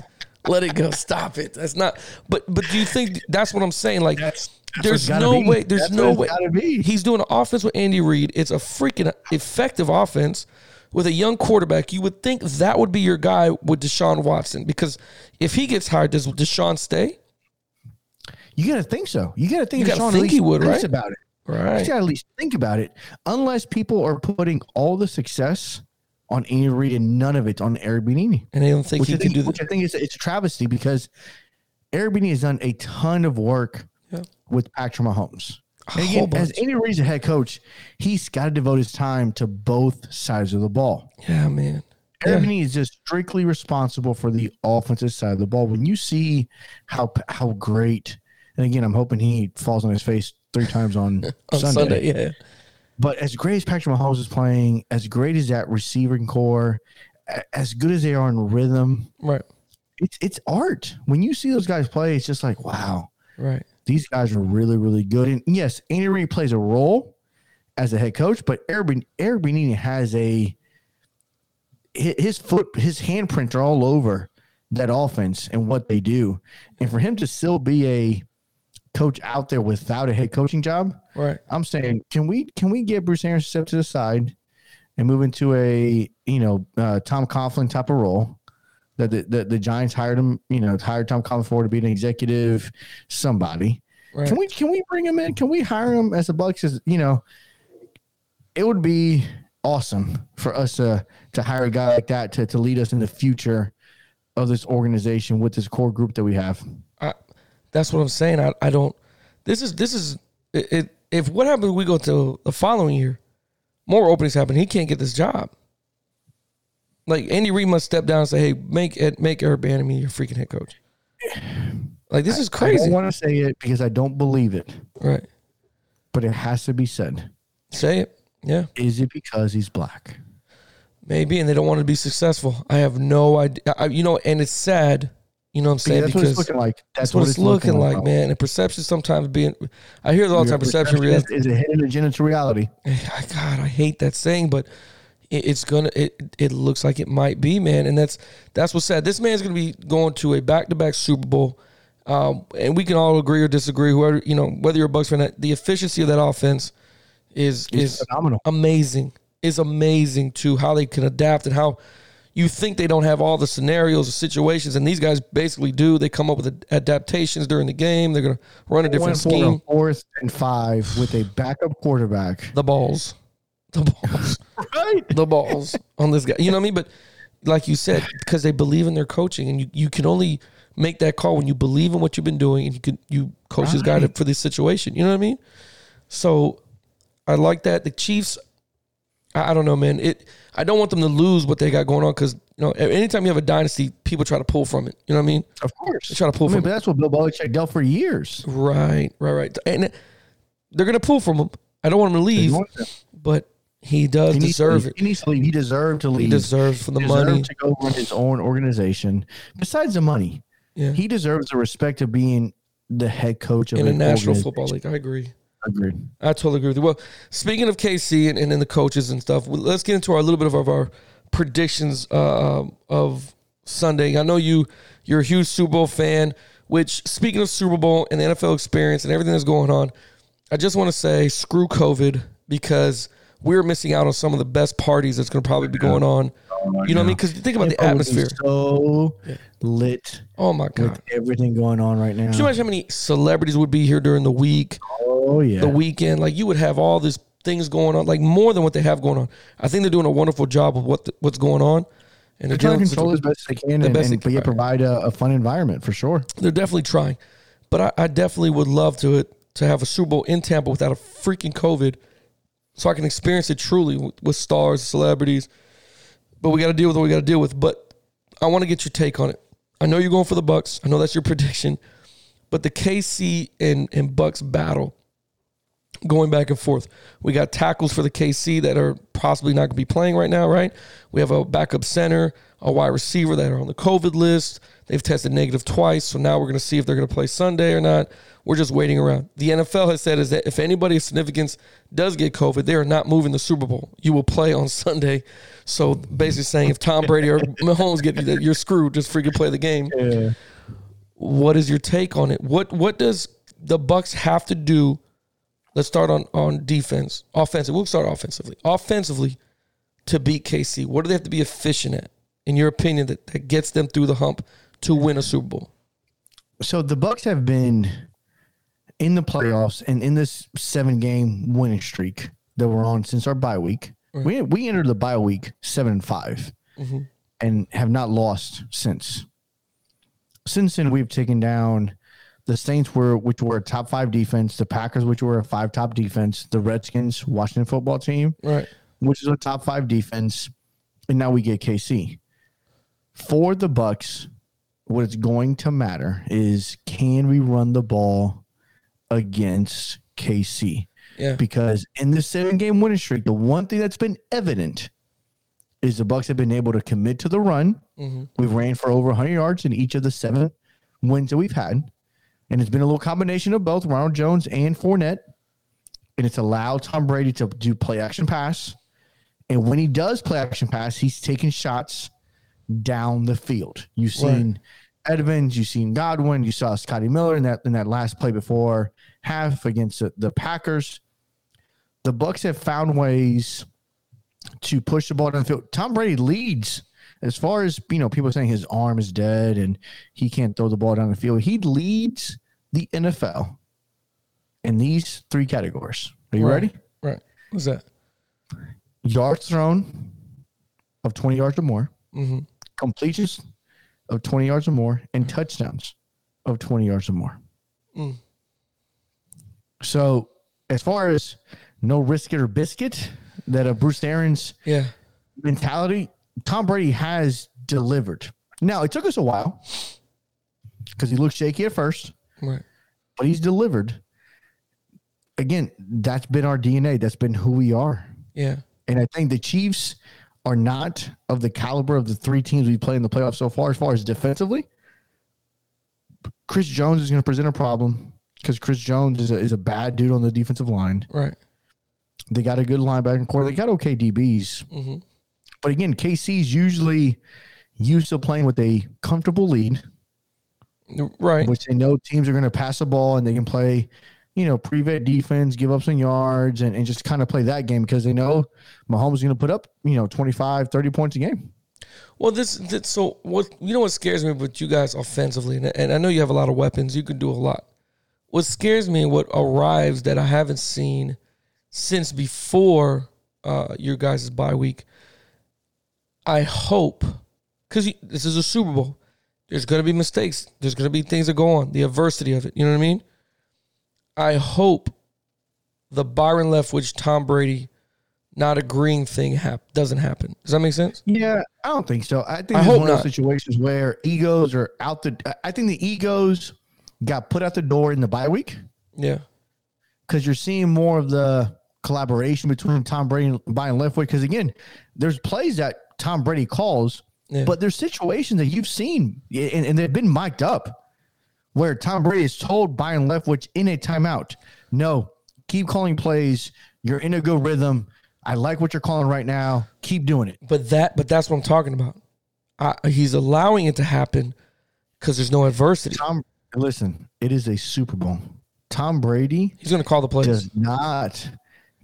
B: Let it go. Stop it. That's not. But but do you think that's what I'm saying? Like,
C: That's- that's
B: there's
C: what it's gotta
B: no
C: be.
B: way. There's
C: That's
B: no
C: what it's
B: way.
C: gotta be.
B: He's doing an offense with Andy Reid. It's a freaking effective offense with a young quarterback. You would think that would be your guy with Deshaun Watson because if he gets hired, does Deshaun stay?
C: You gotta think so. You gotta think.
B: You gotta
C: Deshaun at
B: think
C: least
B: he would,
C: thinks
B: right?
C: About it. You
B: Right.
C: gotta at least think about it. Unless people are putting all the success on Andy Reid and none of it on Airbnb.
B: And they don't think
C: which
B: he
C: I think,
B: can do
C: which
B: that.
C: I think is it's a travesty because Airbnb has done a ton of work
B: Yeah.
C: with Patrick Mahomes.
B: A
C: And
B: whole
C: again, as
B: bunch.
C: Andy Reid's a head coach, he's got to devote his time to both sides of the ball.
B: Yeah, man. Yeah.
C: Airbnb is just strictly responsible for the offensive side of the ball. When you see how how great, and again, I'm hoping he falls on his face three times on,
B: On Sunday.
C: Sunday.
B: yeah.
C: But as great as Patrick Mahomes is playing, as great as that receiving core, a- as good as they are in rhythm,
B: Right.
C: it's it's art. When you see those guys play, it's just like wow,
B: Right.
C: these guys are really really good. And yes, Andy Reid plays a role as a head coach, but Eric Ben- Eric Benini has a hi- his foot his handprints are all over that offense and what they do, and for him to still be a coach out there without a head coaching job,
B: Right.
C: I'm saying can we can we get Bruce Arians to step to the side and move into a you know uh, Tom Coughlin type of role that the, the the Giants hired him you know hired Tom Coughlin for to be an executive somebody.
B: Right.
C: Can we can we bring him in? Can we hire him as a Bucks? As, you know, it would be awesome for us to to hire a guy like that to to lead us in the future of this organization with this core group that we have.
B: I, that's what I'm saying. I, I don't. This is this is it, it. If what happens, we go to the following year, more openings happen. He can't get this job. Like Andy Reid must step down and say, "Hey, make Ed, make Eric Bieniemy your freaking head coach." Like this is
C: I
B: crazy,
C: don't want to say it because I don't believe it,
B: right?
C: but it has to be said.
B: Say it, yeah,
C: Is it because he's black?
B: maybe, and they don't want to be successful. I have no idea. I, you know, and it's sad. You know what I'm saying?
C: that's what it's looking like.
B: that's what it's looking, like, man. And perception sometimes being, I hear it all the time. Perception, reality.
C: is, is a hidden agenda to reality.
B: I- God, I hate that saying, but it, it's gonna. It it looks like it might be, man, and that's that's what's sad. This man's gonna be going to a back to back Super Bowl, um, and we can all agree or disagree. Whoever you know, whether you're a Bucks fan, that the efficiency of that offense is
C: It's
B: is
C: phenomenal.
B: amazing. Is amazing to how they can adapt and how you think they don't have all the scenarios or situations, and these guys basically do. They come up with adaptations during the game. They're gonna run a
C: Went
B: different
C: for a
B: scheme.
C: fourth and five with a backup quarterback.
B: The balls, the balls.
C: Right.
B: the balls on this guy. You know what I mean? But like you said, because they believe in their coaching, and you, you can only make that call when you believe in what you've been doing, and you can you coach this guy to, for this situation. You know what I mean? So I like that. The Chiefs, I, I don't know, man. It I don't want them to lose what they got going on because you know a- anytime you have a dynasty, people try to pull from it. You know what I mean?
C: Of course.
B: They try to pull
C: I mean,
B: from
C: but that's what Bill Belichick dealt for years.
B: it. Right, right, right. And they're gonna pull from him. I don't want him to
C: He
B: leave,
C: wants them.
B: but he does
C: He needs to
B: deserve
C: leave.
B: it.
C: He needs to leave. He deserved to leave.
B: He deserves for the
C: deserved
B: money.
C: to go run his own organization. Besides the money,
B: Yeah.
C: he deserves the respect of being the head coach of
B: in the
C: an
B: National
C: organization.
B: Football League. I agree.
C: Agreed.
B: I totally agree with you. Well, speaking of KC and, and then the coaches and stuff, well, let's get into our, a little bit of, of our predictions uh, um, of Sunday. I know you you're a huge Super Bowl fan. Which speaking of Super Bowl and the NFL experience and everything that's going on, I just want to say screw COVID because we're missing out on some of the best parties that's going to probably be going on. You know what I mean? Because think about the
C: Oh, it's
B: atmosphere.
C: So lit.
B: Oh my
C: with
B: god!
C: everything going on right now.
B: Can you imagine how many celebrities would be here during the week?
C: Oh yeah,
B: the weekend. Like you would have all these things going on, like more than what they have going on. I think they're doing a wonderful job of what the, what's going on, and
C: they're trying to
B: dealing with
C: control as
B: situ-
C: best they can,
B: the
C: and,
B: best
C: and-
B: they
C: but
B: can,
C: yeah,
B: right.
C: provide a, a fun environment for sure.
B: They're definitely trying, but I, I definitely would love to it to have a Super Bowl in Tampa without a freaking COVID, so I can experience it truly with, with stars, celebrities. But we got to deal with what we got to deal with. But I want to get your take on it. I know you're going for the Bucks. I know that's your prediction, but the KC and and Bucks battle. going back and forth. We got tackles for the KC that are possibly not going to be playing right now, right? We have a backup center, a wide receiver that are on the COVID list. They've tested negative twice, so now we're going to see if they're going to play Sunday or not. We're just waiting around. The NFL has said is that if anybody of significance does get COVID, they are not moving the Super Bowl. You will play on Sunday. So basically saying if Tom Brady or Mahomes get you, you're screwed. Just freaking play the game.
C: Yeah.
B: What is your take on it? What what does the Bucks have to do? Let's start on on defense. Offensive. We'll start offensively. Offensively, to beat KC, what do they have to be efficient at, in your opinion, that, that gets them through the hump to win a Super Bowl?
C: So the Bucks have been in the playoffs and in this seven game winning streak that we're on since our bye week. We we entered the bye week seven and 5
B: Mhm.
C: and have not lost since. Since then, we've taken down the Saints, were which were a top five defense, the Packers, which were a five top defense, the Redskins, Washington football team,
B: Right.
C: which is a top five defense, and now we get KC. For the Bucks, what it's going to matter is can we run the ball against KC?
B: Yeah.
C: Because in this seven game winning streak, the one thing that's been evident is the Bucks have been able to commit to the run.
B: Mhm.
C: We've ran for over 100 yards in each of the seven wins that we've had, and it's been a little combination of both Ronald Jones and Fournette. And it's allowed Tom Brady to do play action pass, and when he does play action pass, he's taking shots down the field. You've seen Edmonds, you've seen Godwin, you saw Scotty Miller in that in that last play before half against the, the Packers. The Bucks have found ways to push the ball down the field. Tom Brady leads as far as you know. People saying his arm is dead and he can't throw the ball down the field. He leads the NFL in these three categories. Are you
B: Right.
C: ready?
B: Right. What's that?
C: yards thrown of 20 yards or more,
B: Mhm.
C: completions of 20 yards or more, and touchdowns of 20 yards or more.
B: Mm.
C: So, as far as no risk it or biscuit, that a Bruce Arians
B: Yeah.
C: mentality, Tom Brady has delivered. Now, it took us a while because he looked shaky at first
B: Right.
C: but he's delivered. Again, that's been our DNA. That's been who we are.
B: Yeah.
C: And I think the Chiefs are not of the caliber of the three teams we play in the playoffs so far, as far as defensively. Chris Jones is going to present a problem because Chris Jones is a, is a bad dude on the defensive line.
B: Right.
C: They got a good linebacker core. They got okay DBs.
B: Mm-hmm.
C: But again, KC's usually used to playing with a comfortable lead.
B: Right.
C: which they know teams are going to pass the ball and they can play, you know, prevent defense, give up some yards, and, and just kind of play that game because they know Mahomes is going to put up, you know, 25, 30 points a game.
B: Well, this, this so what you know what scares me with you guys offensively, and, and I know you have a lot of weapons. You can do a lot. What scares me and what arrives that I haven't seen since before uh, your guys' bye week. I hope because this is a Super Bowl. There's going to be mistakes. There's going to be things that go on. The adversity of it. You know what I mean? I hope the Byron Leftwich, Tom Brady, not agreeing thing hap- doesn't happen. Does that make sense?
C: Yeah, I don't think so. I think
B: I
C: it's
B: hope
C: one of
B: not.
C: those situations where egos are out the. I- I think the egos got put out the door in the bye week
B: Yeah.
C: because you're seeing more of the collaboration between Tom Brady and Brian Leftwich. Because again, there's plays that Tom Brady calls,
B: Yeah.
C: but there's situations that you've seen and, and they've been mic'd up where Tom Brady is told Brian Leftwich in a timeout, no, keep calling plays. You're in a good rhythm. I like what you're calling right now. Keep doing it.
B: But that, but that's what I'm talking about. I, he's allowing it to happen because there's no adversity.
C: Tom, listen, it is a Super Bowl. Tom Brady
B: He's going to call the plays.
C: does not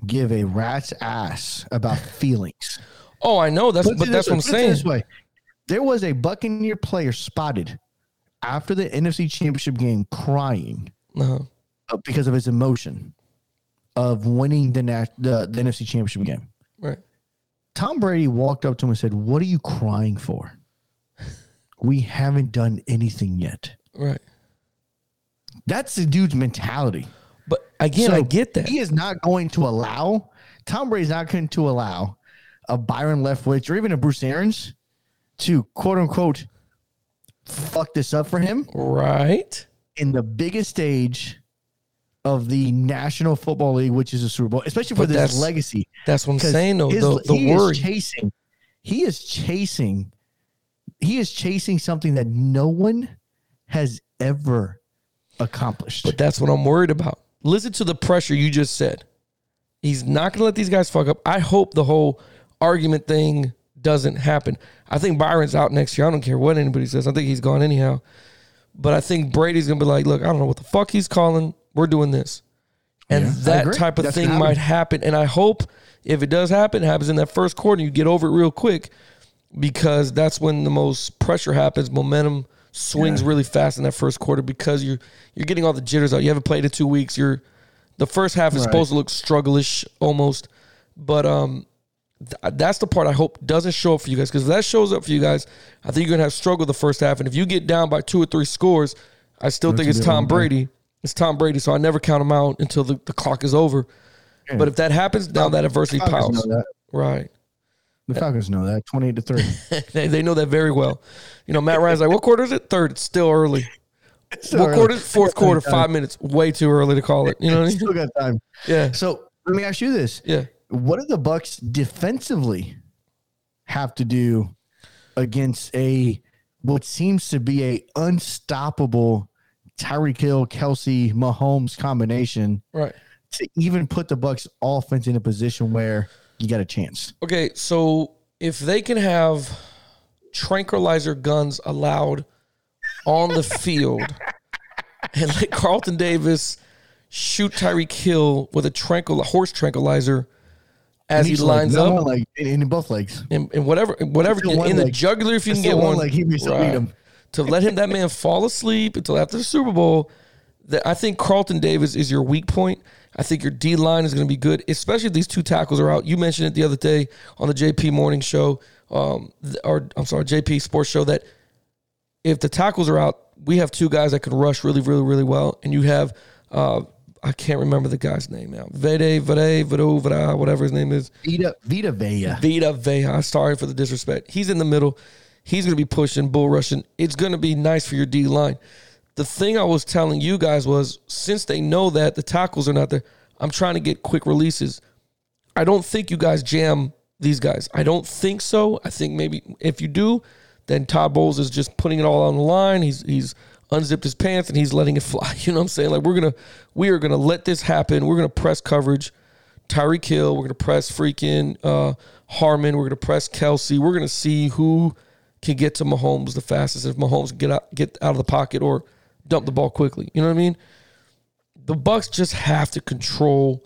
C: give a rat's ass about feelings.
B: oh, I know. That's
C: Put it
B: but
C: this
B: that's what
C: way,
B: I'm
C: put it
B: saying.
C: This way, there was a Buccaneer player spotted after the NFC Championship game crying
B: Uh-huh.
C: uh, because of his emotion of winning the, na- the the NFC Championship game.
B: Right.
C: Tom Brady walked up to him and said, "What are you crying for? We haven't done anything yet."
B: Right.
C: That's the dude's mentality.
B: But again,
C: So
B: I get that.
C: He is not going to allow Tom Brady's not going to allow a Byron Leftwich or even a Bruce Arians to quote unquote fuck this up for him
B: Right.
C: in the biggest stage of the National Football League, which is a Super Bowl, especially for
B: But
C: this
B: that's-
C: legacy.
B: That's what I'm
C: 'Cause
B: saying. Though
C: his-
B: the, the
C: he is
B: worry.
C: chasing, he is chasing he is chasing something that no one has ever accomplished.
B: But that's what I'm worried about. Listen to the pressure you just said. He's not going to let these guys fuck up. I hope the whole argument thing doesn't happen. I think Byron's out next year. I don't care what anybody says. I think he's gone anyhow. But I think Brady's going to be like, look, I don't know what the fuck he's calling. We're doing this. And
C: Yeah, I
B: that
C: agree.
B: type of
C: That's
B: thing
C: gonna
B: might happen. And I hope if it does happen, it happens in that first quarter. You get over it real quick because that's when the most pressure happens. Momentum swings really fast in that first quarter because you're you're getting all the jitters out. You haven't played in two weeks. You're the first half is
C: Right.
B: supposed to look strugglish almost, but um, th- that's the part I hope doesn't show up for you guys because if that shows up for you guys, I think you're gonna have struggle the first half. And if you get down by two or three scores, I still think it's
C: a good
B: Tom
C: one, bro.
B: Brady. It's Tom Brady, so I never count him out until the, the clock is over. But if that happens, now that adversity
C: The Falcons
B: piles.
C: know that.
B: Right.
C: The Falcons know that. Twenty-eight to three.
B: They, they know that very well. You know, Matt Ryan's like, what quarter is it? Third. It's still early.
C: Still
B: what
C: early.
B: quarter? is it? Fourth quarter.
C: Still
B: Five minutes. Way too early to call it. You know what I mean?
C: Still got time.
B: Yeah.
C: So let me ask you this:
B: Yeah.
C: What do the Bucks defensively have to do against a what seems to be a unstoppable Tyreek Hill, Kelsey, Mahomes combination
B: Right.
C: to even put the Bucks offense in a position where you got a chance?
B: Okay. So if they can have tranquilizer guns allowed on the field and let Carlton Davis shoot Tyreek Hill with a tranquil horse tranquilizer as he
C: Each leg,
B: lines
C: not
B: up
C: one leg, in, in both legs.
B: and, and whatever, and whatever
C: Still one
B: in the
C: leg.
B: jugular if you can
C: Still
B: get
C: one
B: one,
C: leg, he may still beat him.
B: to let him that man fall asleep until after the Super Bowl. That I think Carlton Davis is your weak point. I think your D line is going to be good, especially if these two tackles are out. You mentioned it the other day on the JP Morning Show, um, th- or I'm sorry, JP Sports Show that if the tackles are out, we have two guys that can rush really, really, really well, and you have uh, I can't remember the guy's name now. Vede, Vede, Vedo, Vada, whatever his name is.
C: Vita, Vita Vea.
B: Vita Veja. Sorry for the disrespect. He's in the middle. He's going to be pushing, bull rushing. It's going to be nice for your D line. The thing I was telling you guys was since they know that the tackles are not there, I'm trying to get quick releases. I don't think you guys jam these guys. I don't think so. I think maybe if you do, then Todd Bowles is just putting it all on the line. He's he's unzipped his pants and he's letting it fly. You know what I'm saying? Like we're gonna we are gonna let this happen. We're gonna press coverage. Tyreek Hill, we're gonna press freaking uh Harmon, we're gonna press Kelsey. We're gonna see who can get to Mahomes the fastest. If Mahomes can get out get out of the pocket or dump the ball quickly. You know what I mean? The Bucks just have to control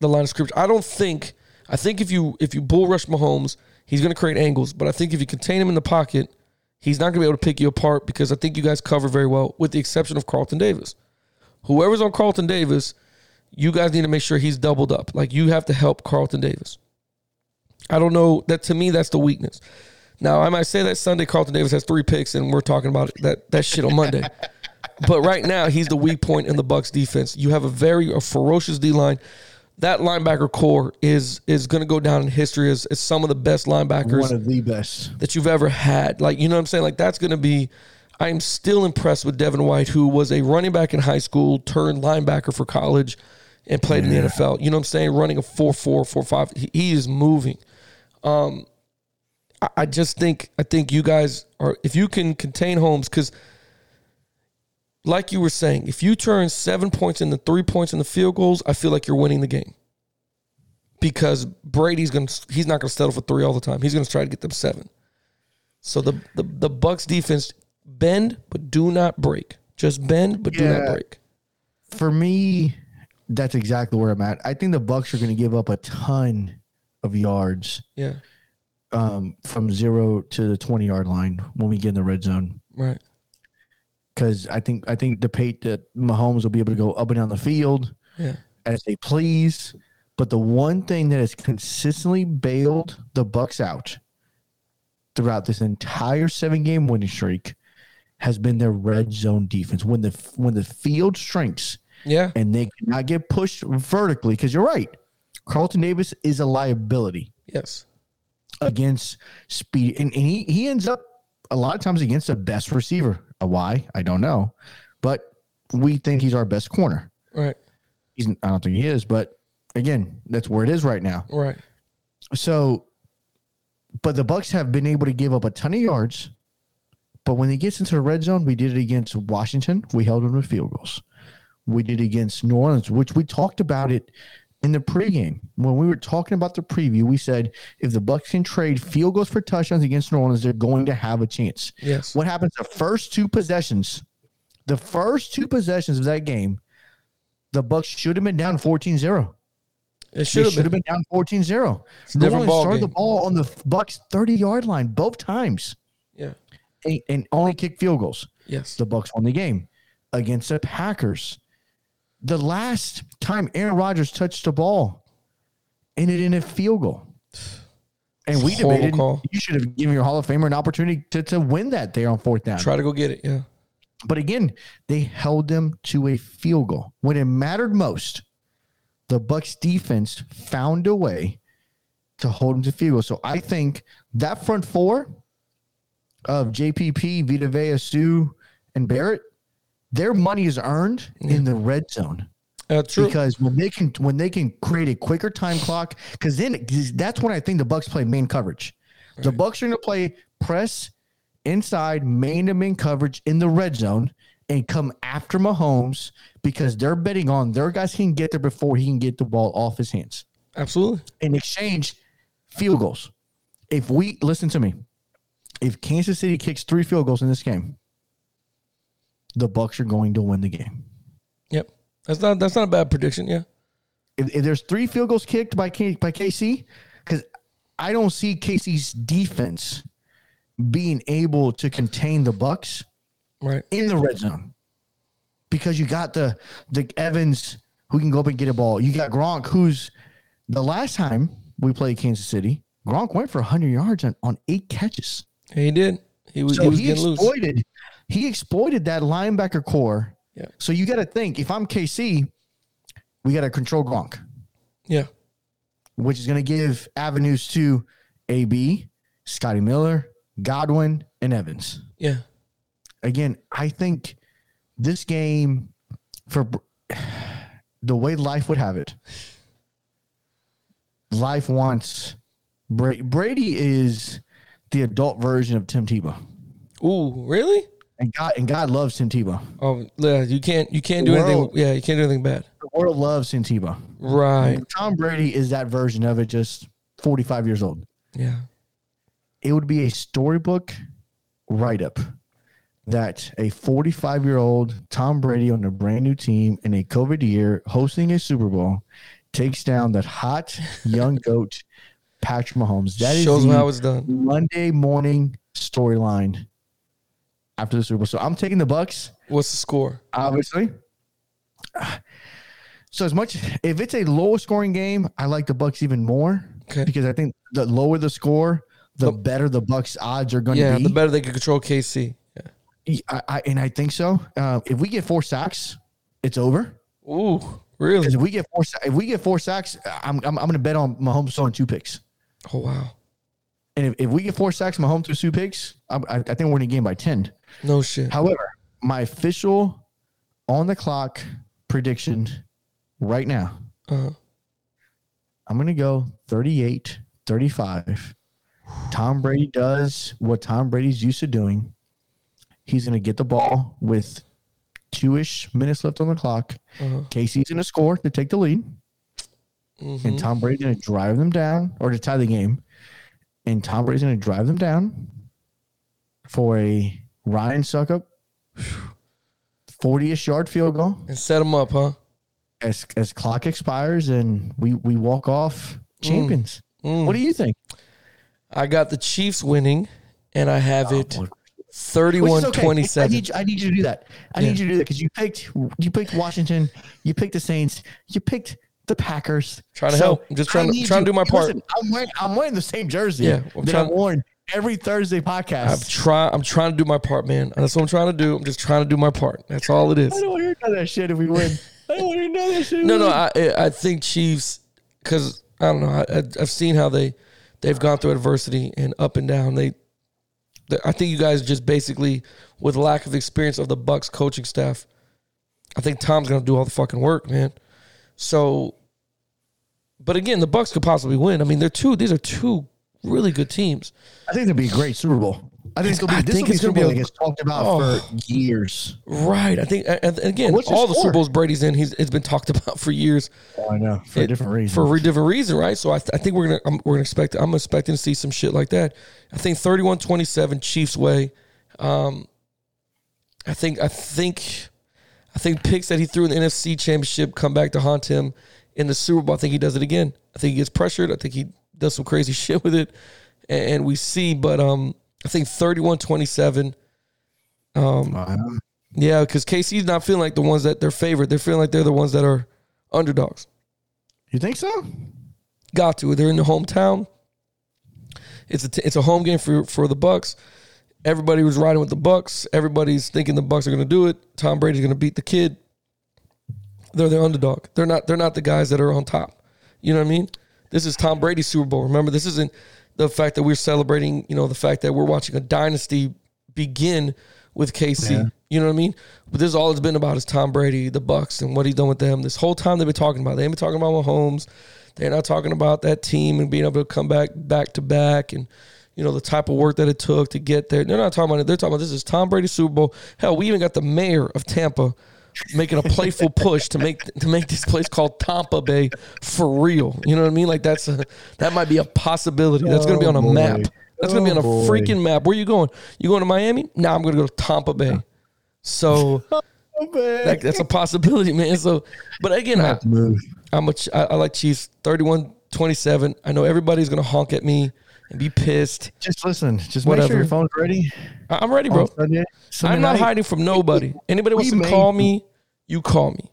B: the line of scrimmage. I don't think. I think if you if you bull rush Mahomes, he's going to create angles. But I think if you contain him in the pocket, he's not going to be able to pick you apart because I think you guys cover very well, with the exception of Carlton Davis. Whoever's on Carlton Davis, you guys need to make sure he's doubled up. Like you have to help Carlton Davis. I don't know that to me that's the weakness. Now I might say that Sunday Carlton Davis has three picks and we're talking about that that shit on Monday. but right now he's the weak point in the Bucks defense. You have a very a ferocious D line. That linebacker core is is going to go down in history as, as some of the best linebackers
C: One of the best.
B: that you've ever had. Like, you know what I'm saying? Like, that's going to be. I am still impressed with Devin White, who was a running back in high school, turned linebacker for college, and played in the NFL. You know what I'm saying? Running a 4 4, 4 5. He, he is moving. Um, I, I just think, I think you guys are, if you can contain Holmes, because like you were saying, if you turn seven points into three points in the field goals, I feel like you're winning the game. Because Brady's gonna he's not gonna settle for three all the time. He's gonna try to get them seven. So the the, the Bucks defense bend but do not break. Just bend but do not
C: Yeah.
B: break.
C: for me, that's exactly where I'm at. I think the Bucks are going to give up a ton of yards
B: Yeah.
C: um, from zero to the 20 yard line when we get in the red zone.
B: Right.
C: Because I think I think the pate that Mahomes will be able to go up and down the field
B: Yeah.
C: as they please. But the one thing that has consistently bailed the Bucks out throughout this entire seven game winning streak has been their red zone defense. When the when the field shrinks,
B: Yeah.
C: and they cannot get pushed vertically because you're right. Carlton Davis is a liability
B: Yes.
C: against speed, and, and he, he ends up a lot of times against the best receiver. Uh, Why I don't know, but we think he's our best corner.
B: Right.
C: He's I don't think he is, but again, that's where it is right now.
B: Right.
C: So But the Bucks have been able to give up a ton of yards. But when it gets into the red zone, we did it against Washington. We held them to field goals. We did it against New Orleans, which we talked about it in the pregame. When we were talking about the preview, we said if the Bucks can trade field goals for touchdowns against New Orleans, they're going to have a chance.
B: Yes.
C: What happens the first two possessions? The first two possessions of that game, the Bucks should have been down 14-0.
B: It
C: They
B: should
C: should
B: have
C: have
B: been.
C: been down 14-0.
B: a
C: New
B: different
C: Orleans
B: ball
C: started the
B: game.
C: ball on the Bucks 30-yard line both times
B: Yeah.
C: and, and only kick field goals.
B: Yes.
C: The Bucks won the game against the Packers. The last time Aaron Rodgers touched the ball, ended in a field goal. And we
B: Horrible
C: debated
B: call.
C: you should have given your Hall of Famer an opportunity to, to win that there on fourth down.
B: Try to go get it. Yeah.
C: But again, they held them to a field goal when it mattered most. The Bucks defense found a way to hold them to field goal. So I think that front four of JPP, Vita Vea, Sue, and Barrett, their money is earned in the red zone
B: Uh, true.
C: because when they can when they can create a quicker time clock because then that's when i think the bucks play main coverage the bucks are going to play press inside main to main coverage in the red zone and come after mahomes because they're betting on their guys can get there before he can get the ball off his hands
B: Absolutely.
C: in exchange field goals if we listen to me if kansas city kicks three field goals in this game the bucks are going to win the game
B: Yep. That's not. That's not a bad prediction. Yeah.
C: if, if there's three field goals kicked by K, by KC, because I don't see KC's defense being able to contain the Bucks
B: Right.
C: in the red zone because you got the the Evans who can go up and get a ball. You got Gronk, who's the last time we played Kansas City, Gronk went for 100 yards on, on eight catches.
B: He did. He was. he
C: So
B: was
C: he
B: getting loose.
C: exploited he exploited that linebacker core.
B: Yeah.
C: So you got to think if I'm KC, we got to control Gronk
B: Yeah.
C: which is going to give avenues to AB, Scotty Miller, Godwin, and Evans.
B: Yeah.
C: Again, I think this game, for the way life would have it, life wants Brady. Brady is the adult version of Tim Tebow,
B: Ooh. Really?
C: and God and God loves Tim Tebow.
B: Oh. Yeah. You can't. You can't do
C: The
B: anything.
C: world-
B: Yeah. You can't do anything bad.
C: The world loves Tim Tebow.
B: Right.
C: Tom Brady is that version of it, just forty-five years old.
B: Yeah.
C: it would be a storybook write up that a 45 year old Tom Brady on a brand new team in a COVID year hosting a Super Bowl takes down that hot young goat, Patrick Mahomes. That is
B: shows
C: the
B: how it's done.
C: Monday morning storyline after the Super Bowl. So I'm taking the Bucks,
B: What's the score?
C: obviously. So as much if it's a low scoring game, I like the Bucks even more
B: Okay.
C: because I think the lower the score, the better the Bucks odds are going to
B: Yeah.
C: be.
B: The better they can control KC. Yeah.
C: I, I, and I think so. Uh, if we get four sacks, it's over.
B: Ooh. Really?
C: Because if we get four, sa- if we get four sacks, I'm I'm, I'm going to bet on Mahomes throwing two picks.
B: Oh wow.
C: And if, if we get four sacks, Mahomes throws two picks, I, I, I think we're in the game by ten.
B: No shit.
C: However, my official on the clock prediction right now,
B: Uh,
C: I'm going to go 38, 35. Tom Brady does what Tom Brady's used to doing. He's going to get the ball with two ish minutes left on the clock.
B: uh,
C: Casey's going to score to take the lead, and
B: mhm.
C: Tom Brady's going to drive them down or to tie the game. And Tom Brady's going to drive them down for a Ryan suck up, 40 ish yard field goal
B: And set them up, huh?
C: as, as clock expires and we, we walk off champions.
B: Mm.
C: What do you think?
B: I got the Chiefs winning, and I have it
C: Which is
B: 31
C: okay. I
B: 27.
C: need, you- I need you to do that. I
B: Yeah.
C: need you to do that because you picked you picked Washington, you picked the Saints, you picked the Packers.
B: Trying to help. I'm just trying
C: I
B: to-
C: need
B: trying to
C: you-
B: do my
C: Hey,
B: part.
C: listen, I'm wearing I'm wearing the same jersey
B: Yeah, I'm
C: that I'm
B: trying-
C: wearing every Thursday podcast.
B: I'm trying. I'm trying to do my part, man. That's what I'm trying to do. I'm just trying to do my part. That's all it is.
C: I don't want to hear none of that shit if we win. I don't want to hear none of that shit. if we
B: No, no.
C: win.
B: I I- I think Chiefs because I don't know. I, I- I've seen how they they've gone through adversity and up and down. They, they- I think you guys just basically with lack of experience of the Bucks coaching staff. I think Tom's gonna do all the fucking work, man. So, but again, the Bucks could possibly win. I mean, they're two. These are two really good teams.
C: I think it'll be a great Super Bowl. I think it's gonna
B: I
C: be this
B: think
C: will be
B: it's
C: Super
B: gonna be
C: Bowl
B: a-
C: that gets talked about
B: Oh.
C: for years.
B: Right. I think and- and again,
C: What's your
B: all the
C: score?
B: Super Bowls Brady's in, he's it's been talked about for years
C: I know for
B: Oh, It-
C: a different reason.
B: for a re- different reason, right? So I, th- I think we're gonna I'm, we're gonna expect I'm expecting to see some shit like that. I think 31-27 Chiefs way. Um, I think I think I think picks that he threw in the NFC Championship come back to haunt him in the Super Bowl. I think he does it again. I think he gets pressured. I think he does some crazy shit with it, and, and we see. But um, I think 31-27
C: Wow.
B: Yeah, because KC's not feeling like the ones that they're favored. They're feeling like they're the ones that are underdogs.
C: you think so?
B: Got to. They're in the hometown. It's a t- it's a home game for for the Bucks. Everybody was riding with the Bucks. Everybody's thinking the Bucks are going to do it. Tom Brady's going to beat the kid. They're the underdog. They're not they're not the guys that are on top. You know what I mean? This is Tom Brady's Super Bowl. Remember, this isn't the fact that we're celebrating. You know, the fact that we're watching a dynasty begin with KC. You know what I mean? But this is all it's been about is Tom Brady, the Bucks, and what he's done with them. This whole time they've been talking about. it. They ain't been talking about Mahomes. They're not talking about that team and being able to come back back to back and you know the type of work that it took to get there. They're not talking about it. They're talking about this is Tom Brady's Super Bowl. Hell, we even got the mayor of Tampa making a playful push to make to make this place called Tampa Bay for real. You know what I mean? Like that's a, that might be a possibility. That's gonna be
C: Oh,
B: on a
C: boy.
B: map. That's gonna be on a
C: Oh, boy.
B: freaking map. Where you going? You going to Miami? Nah, I'm gonna go to Tampa Bay. So
C: Oh,
B: that, that's a possibility, man. So, but again, I,
C: move.
B: I'm a, Ch- I, I like Chiefs 31 27. I know everybody's going to honk at me and be pissed.
C: Just listen. Just make
B: Whatever.
C: sure your phone's ready.
B: I, am ready, bro.
C: on Sunday- Sunday
B: I'm not
C: night.
B: hiding from nobody. Anybody wants
C: We
B: to
C: may-
B: call me, you call me.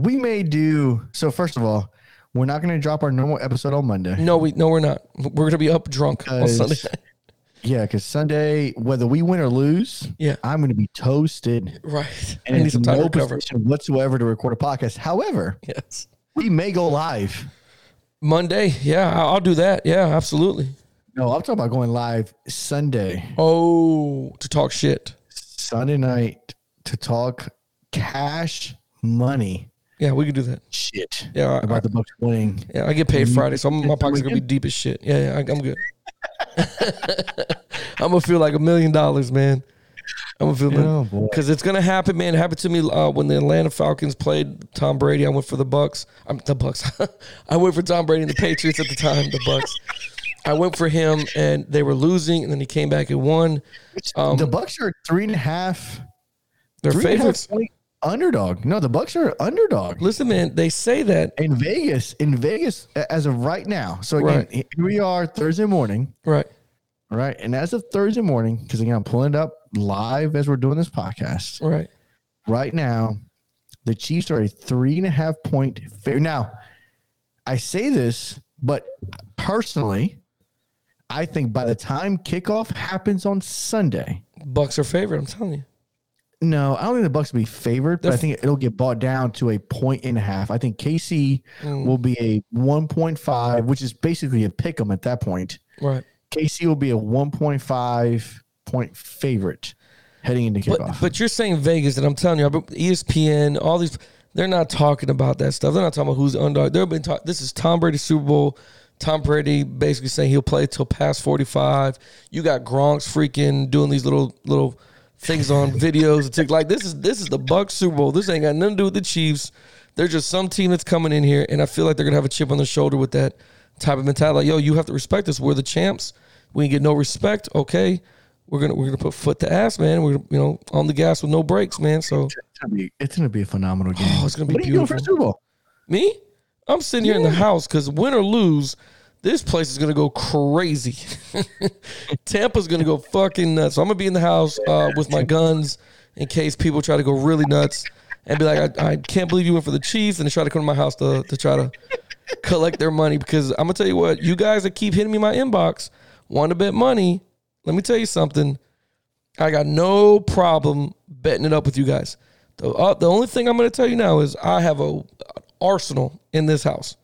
C: We may do so. First of all, we're not going to drop our normal episode on Monday.
B: No, we no, we're not. We're going to be up drunk on
C: Because-
B: Sunday. night.
C: Yeah, because Sunday, whether we win or lose,
B: Yeah.
C: I'm going to be toasted
B: Right. I
C: and
B: need
C: it's
B: some time to
C: no
B: recover.
C: position whatsoever to record a podcast. However,
B: Yes.
C: we may go live.
B: Monday. Yeah, I- I'll do that. Yeah, absolutely.
C: No, I'm talking about going live Sunday,
B: Oh, to talk shit.
C: Sunday night to talk cash money
B: Yeah, we can do that.
C: shit
B: Yeah, I, I-
C: about the Bucks winning.
B: yeah, I get paid Friday, so I'm, my
C: Mm-hmm. It's the
B: pockets are gonna be deep as shit. Yeah, yeah I, I'm good. I'm gonna feel like a million dollars, man. I'm gonna feel
C: Oh, boy.
B: because it's gonna happen, man. It happened to me uh, when the Atlanta Falcons played Tom Brady. I went for the Bucks. I'm the Bucks. I went for Tom Brady and the Patriots at the time. The Bucks. I went for him, and they were losing, and then he came back and won. Um,
C: the Bucks are three and a half,
B: Their
C: three and a half
B: favorites.
C: point underdog. No, the Bucks are underdog.
B: Listen, man. They say that
C: in Vegas, in Vegas, a- as of right now. So again,
B: Right.
C: here we are Thursday morning,
B: right.
C: all right? And as of Thursday morning, because again, I'm pulling it up live as we're doing this podcast
B: Right.
C: right now. The Chiefs are a three and a half point favorite. Now, I say this, but personally, I think by the time kickoff happens on Sunday,
B: Bucks are favorite. I'm telling you.
C: no, I don't think the Bucks will be favored, but I
B: They're-
C: think it'll get bought down to a point and a half. I think KC
B: Mm,
C: will be a 1.5, which is basically a pick 'em at that point.
B: right.
C: KC will be a 1.5 point favorite heading into
B: But,
C: kickoff.
B: but you're saying Vegas, and I'm telling you, E I bet ESPN, all these, they're not talking about that stuff. They're not talking about who's the underdog. They've been talking. This is Tom Brady's Super Bowl. Tom Brady basically saying he'll play till past 45. You got Gronk's freaking doing these little little things on videos. It's like this is this is the Bucks Super Bowl. This ain't got nothing to do with the Chiefs. They're just some team that's coming in here, and I feel like they're gonna have a chip on their shoulder with that type of mentality. Like, yo, you have to respect us. We're the champs. We get no respect. Okay we're gonna we're gonna put foot to ass, man. We're you know on the gas with no brakes, man. So
C: it's gonna be, it's gonna be a phenomenal game.
B: Oh, it's gonna be
C: what are you doing for
B: beautiful.
C: Super Bowl?
B: me, I'm sitting here in the house because win or lose, this place is gonna go crazy. Tampa's gonna go fucking nuts. So I'm gonna be in the house uh, with my guns in case people try to go really nuts and be like, I, I can't believe you went for the Chiefs and they try to come to my house to to try to collect their money because I'm gonna tell you what, you guys that keep hitting me in my inbox want to bet money. Let me tell you something. I got no problem betting it up with you guys. The, uh, the only thing I'm going to tell you now is I have a an arsenal in this house.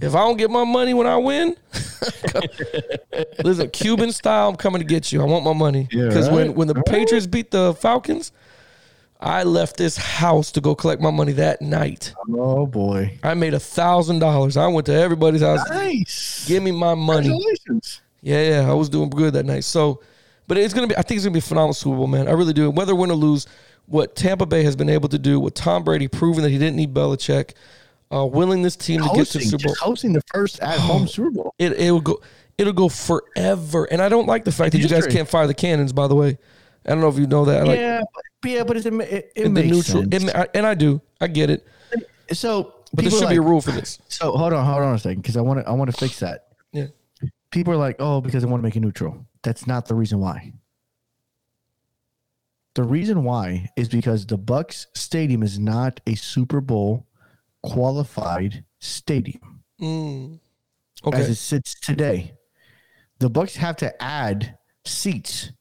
B: If I don't get my money when I win, listen, Cuban style, I'm coming to get you. I want my money
C: Yeah,
B: because when
C: right.
B: when the Patriots beat the Falcons, I left this house to go collect my money that night.
C: Oh boy.
B: I made a thousand dollars. I went to everybody's house.
C: Nice.
B: Give me my money.
C: Congratulations.
B: Yeah, yeah, I was doing good that night. So, but it's gonna be. I think it's gonna be a phenomenal Super Bowl, man. I really do. Whether win or lose, what Tampa Bay has been able to do, what Tom Brady proving that he didn't need Belichick, uh, willing this team to get to
C: Hosting,
B: the Super Oh. Bowl.
C: just hosting the first at home Super Bowl.
B: It it'll go it'll go forever. And I don't like the fact that you guys
C: History.
B: can't fire the cannons. By the way, I don't know if you know that. I like
C: yeah, but, yeah, but it, it, it
B: the
C: makes
B: neutral,
C: sense.
B: it ma- I- and I do. I get it,
C: so,
B: but there
C: people
B: should
C: are
B: be a
C: like-
B: rule for this.
C: So hold on, hold on a second, because I want to I want to fix that.
B: Yeah.
C: People are like, oh, because I want to make it neutral. That's not the reason why. The reason why is because the Bucks Stadium is not a Super Bowl qualified stadium
B: Mm. Okay.
C: as it sits today. The Bucks have to add seats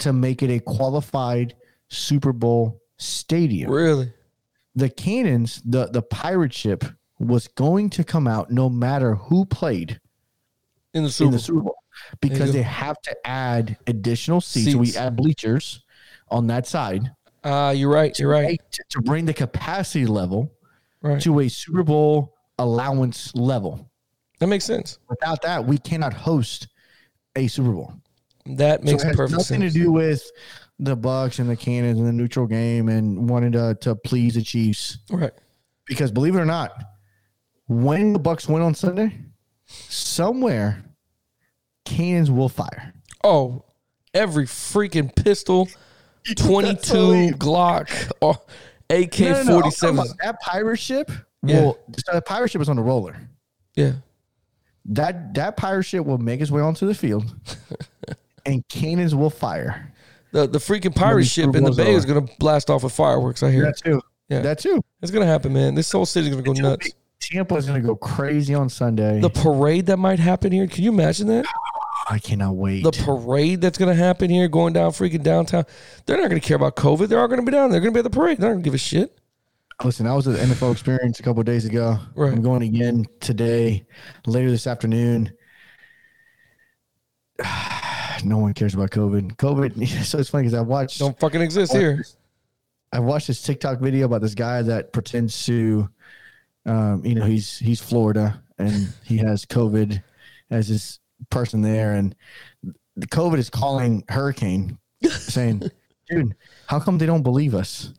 C: to make it a qualified Super Bowl stadium
B: Really?
C: the cannons the the pirate ship was going to come out no matter who played
B: In the
C: in
B: Super
C: the
B: Bowl.
C: Super Bowl
B: There you
C: because
B: go.
C: they have to add additional seats. So we
B: Seats.
C: add bleachers on that side
B: Ah, you're right. You're right.
C: to- to bring the capacity level
B: Right.
C: to a Super Bowl allowance level.
B: That makes sense.
C: Without that, we cannot host a Super Bowl.
B: That makes
C: so it has
B: perfect
C: nothing
B: sense.
C: to do with the Bucks and the Cannons and the neutral game and wanting to, to please the Chiefs.
B: Right.
C: because believe it or not, when the Bucks win on Sunday, somewhere cannons will fire.
B: Oh, every freaking pistol, 22 Glock, or AK
C: No, no, no, I'm talking
B: 47.
C: about That pirate ship
B: Yeah.
C: will. So the pirate ship is on a roller.
B: Yeah.
C: That that pirate ship will make its way onto the field, and cannons will fire.
B: The, the freaking pirate ship
C: Super
B: in the
C: Bowl's
B: bay
C: over.
B: is going to blast off with fireworks, I hear.
C: too.
B: Yeah.
C: That too.
B: It's going to happen, man. This whole city's going to go nuts.
C: Tampa is going to go crazy on Sunday.
B: The parade that might happen here, can you imagine that?
C: I cannot wait.
B: The parade that's going to happen here, going down freaking downtown. They're not going to care about COVID. They're all going to be down. there. They're going to be at the parade. They're not going to give a shit.
C: Listen, I was at the NFL experience a couple of days ago.
B: Right.
C: I'm going again today, later this afternoon. no one cares about COVID. COVID. So it's funny because I watched
B: Don't fucking exist here.
C: I watched this TikTok video about this guy that pretends to, um, you know, he's he's Florida and he has COVID as his person there, and the COVID is calling Hurricane, saying, "Dude, how come they don't believe us?"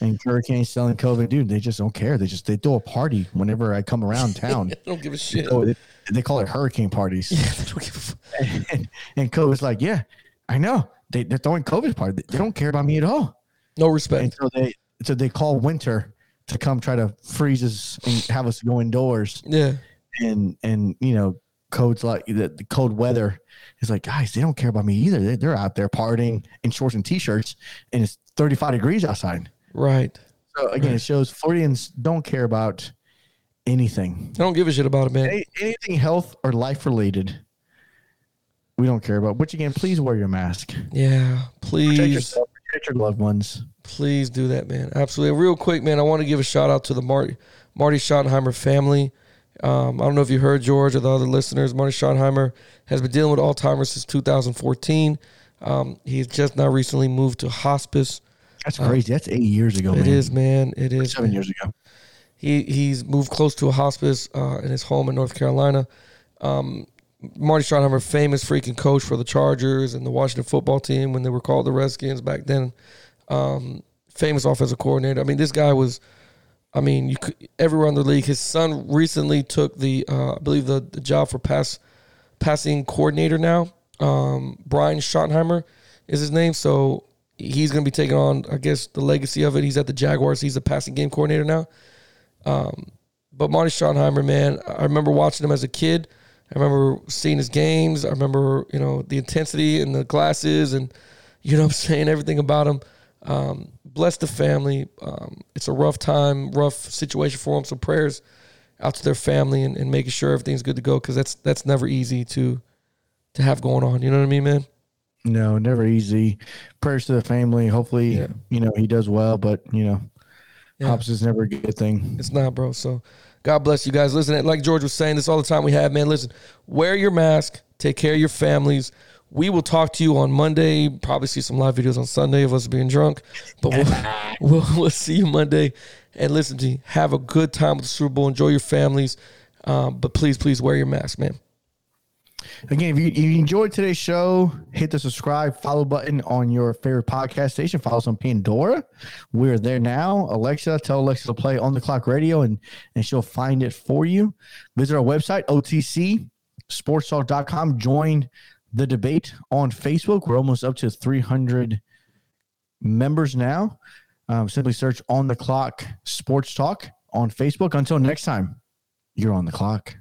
C: And Hurricane's telling COVID, "Dude, they just don't care. They just they throw a party whenever I come around town.
B: Don't give a shit.
C: so it, they call it hurricane parties."
B: Yeah, they don't give a fuck.
C: and, and COVID's like, "Yeah, I know. They, they're throwing COVID party. They don't care about me at all."
B: No respect.
C: And so they so they call winter to come try to freeze us and have us go indoors
B: Yeah.
C: and and you know codes like the, the cold weather is like guys they don't care about me either they, they're out there partying in shorts and t-shirts and it's 35 degrees outside
B: Right.
C: so again it shows floridians don't care about anything
B: I don't give a shit about it, man.
C: Any, anything health or life related we don't care about which again please wear your mask
B: Yeah,
C: protect
B: please,
C: yourself protect your loved ones
B: please do that, man. Absolutely. Real quick, man, I want to give a shout out to the Marty Marty Schottenheimer family. Um, I don't know if you heard George or the other listeners. Marty Schottenheimer has been dealing with Alzheimer's since 2014. Um, he's just now recently moved to hospice.
C: that's crazy that's eight years ago
B: Uh, It
C: man.
B: is, man. It is.
C: seven
B: man.
C: years ago
B: He he's moved close to a hospice uh, in his home in North Carolina. Um, Marty Schottenheimer, famous freaking coach for the Chargers and the Washington football team when they were called the Redskins back then. Um, famous offensive coordinator. I mean, this guy was. I mean, you could everywhere in the league. His son recently took the, uh, I believe the, the job for pass passing coordinator now. Um, Brian Schottenheimer is his name. So he's going to be taking on, I guess, the legacy of it. He's at the Jaguars. He's the passing game coordinator now. But Marty Schottenheimer, man, I remember watching him as a kid. I remember seeing his games. I remember, you know, the intensity and the glasses and, you know what I'm saying, everything about him. Um, bless the family. Um, it's a rough time, rough situation for him. So prayers out to their family and, and making sure everything's good to go because that's that's never easy to to have going on. You know what I mean, man?
C: No, never easy. Prayers to the family. Hopefully,
B: Yeah.
C: you know, he does well, but you know,
B: Yeah.
C: hops is never a good thing.
B: It's not, bro. So God bless you guys. Listen, like George was saying, this all the time we have, man. Listen, wear your mask, take care of your families. We will talk to you on Monday. Probably see some live videos on Sunday of us being drunk, but we'll, we'll, we'll see you Monday. And listen, G, have a good time with the Super Bowl. Enjoy your families, um, but please, please wear your mask, man.
C: Again, if you, if you enjoyed today's show, hit the subscribe, follow button on your favorite podcast station. Follow us on Pandora. We're there now. Alexa, tell Alexa to play on the clock radio and, and she'll find it for you. Visit our website, OTC sportstalk.com. Join the debate on Facebook. We're almost up to 300 members now. Um, simply search on the clock sports talk on Facebook. Until next time, you're on the clock.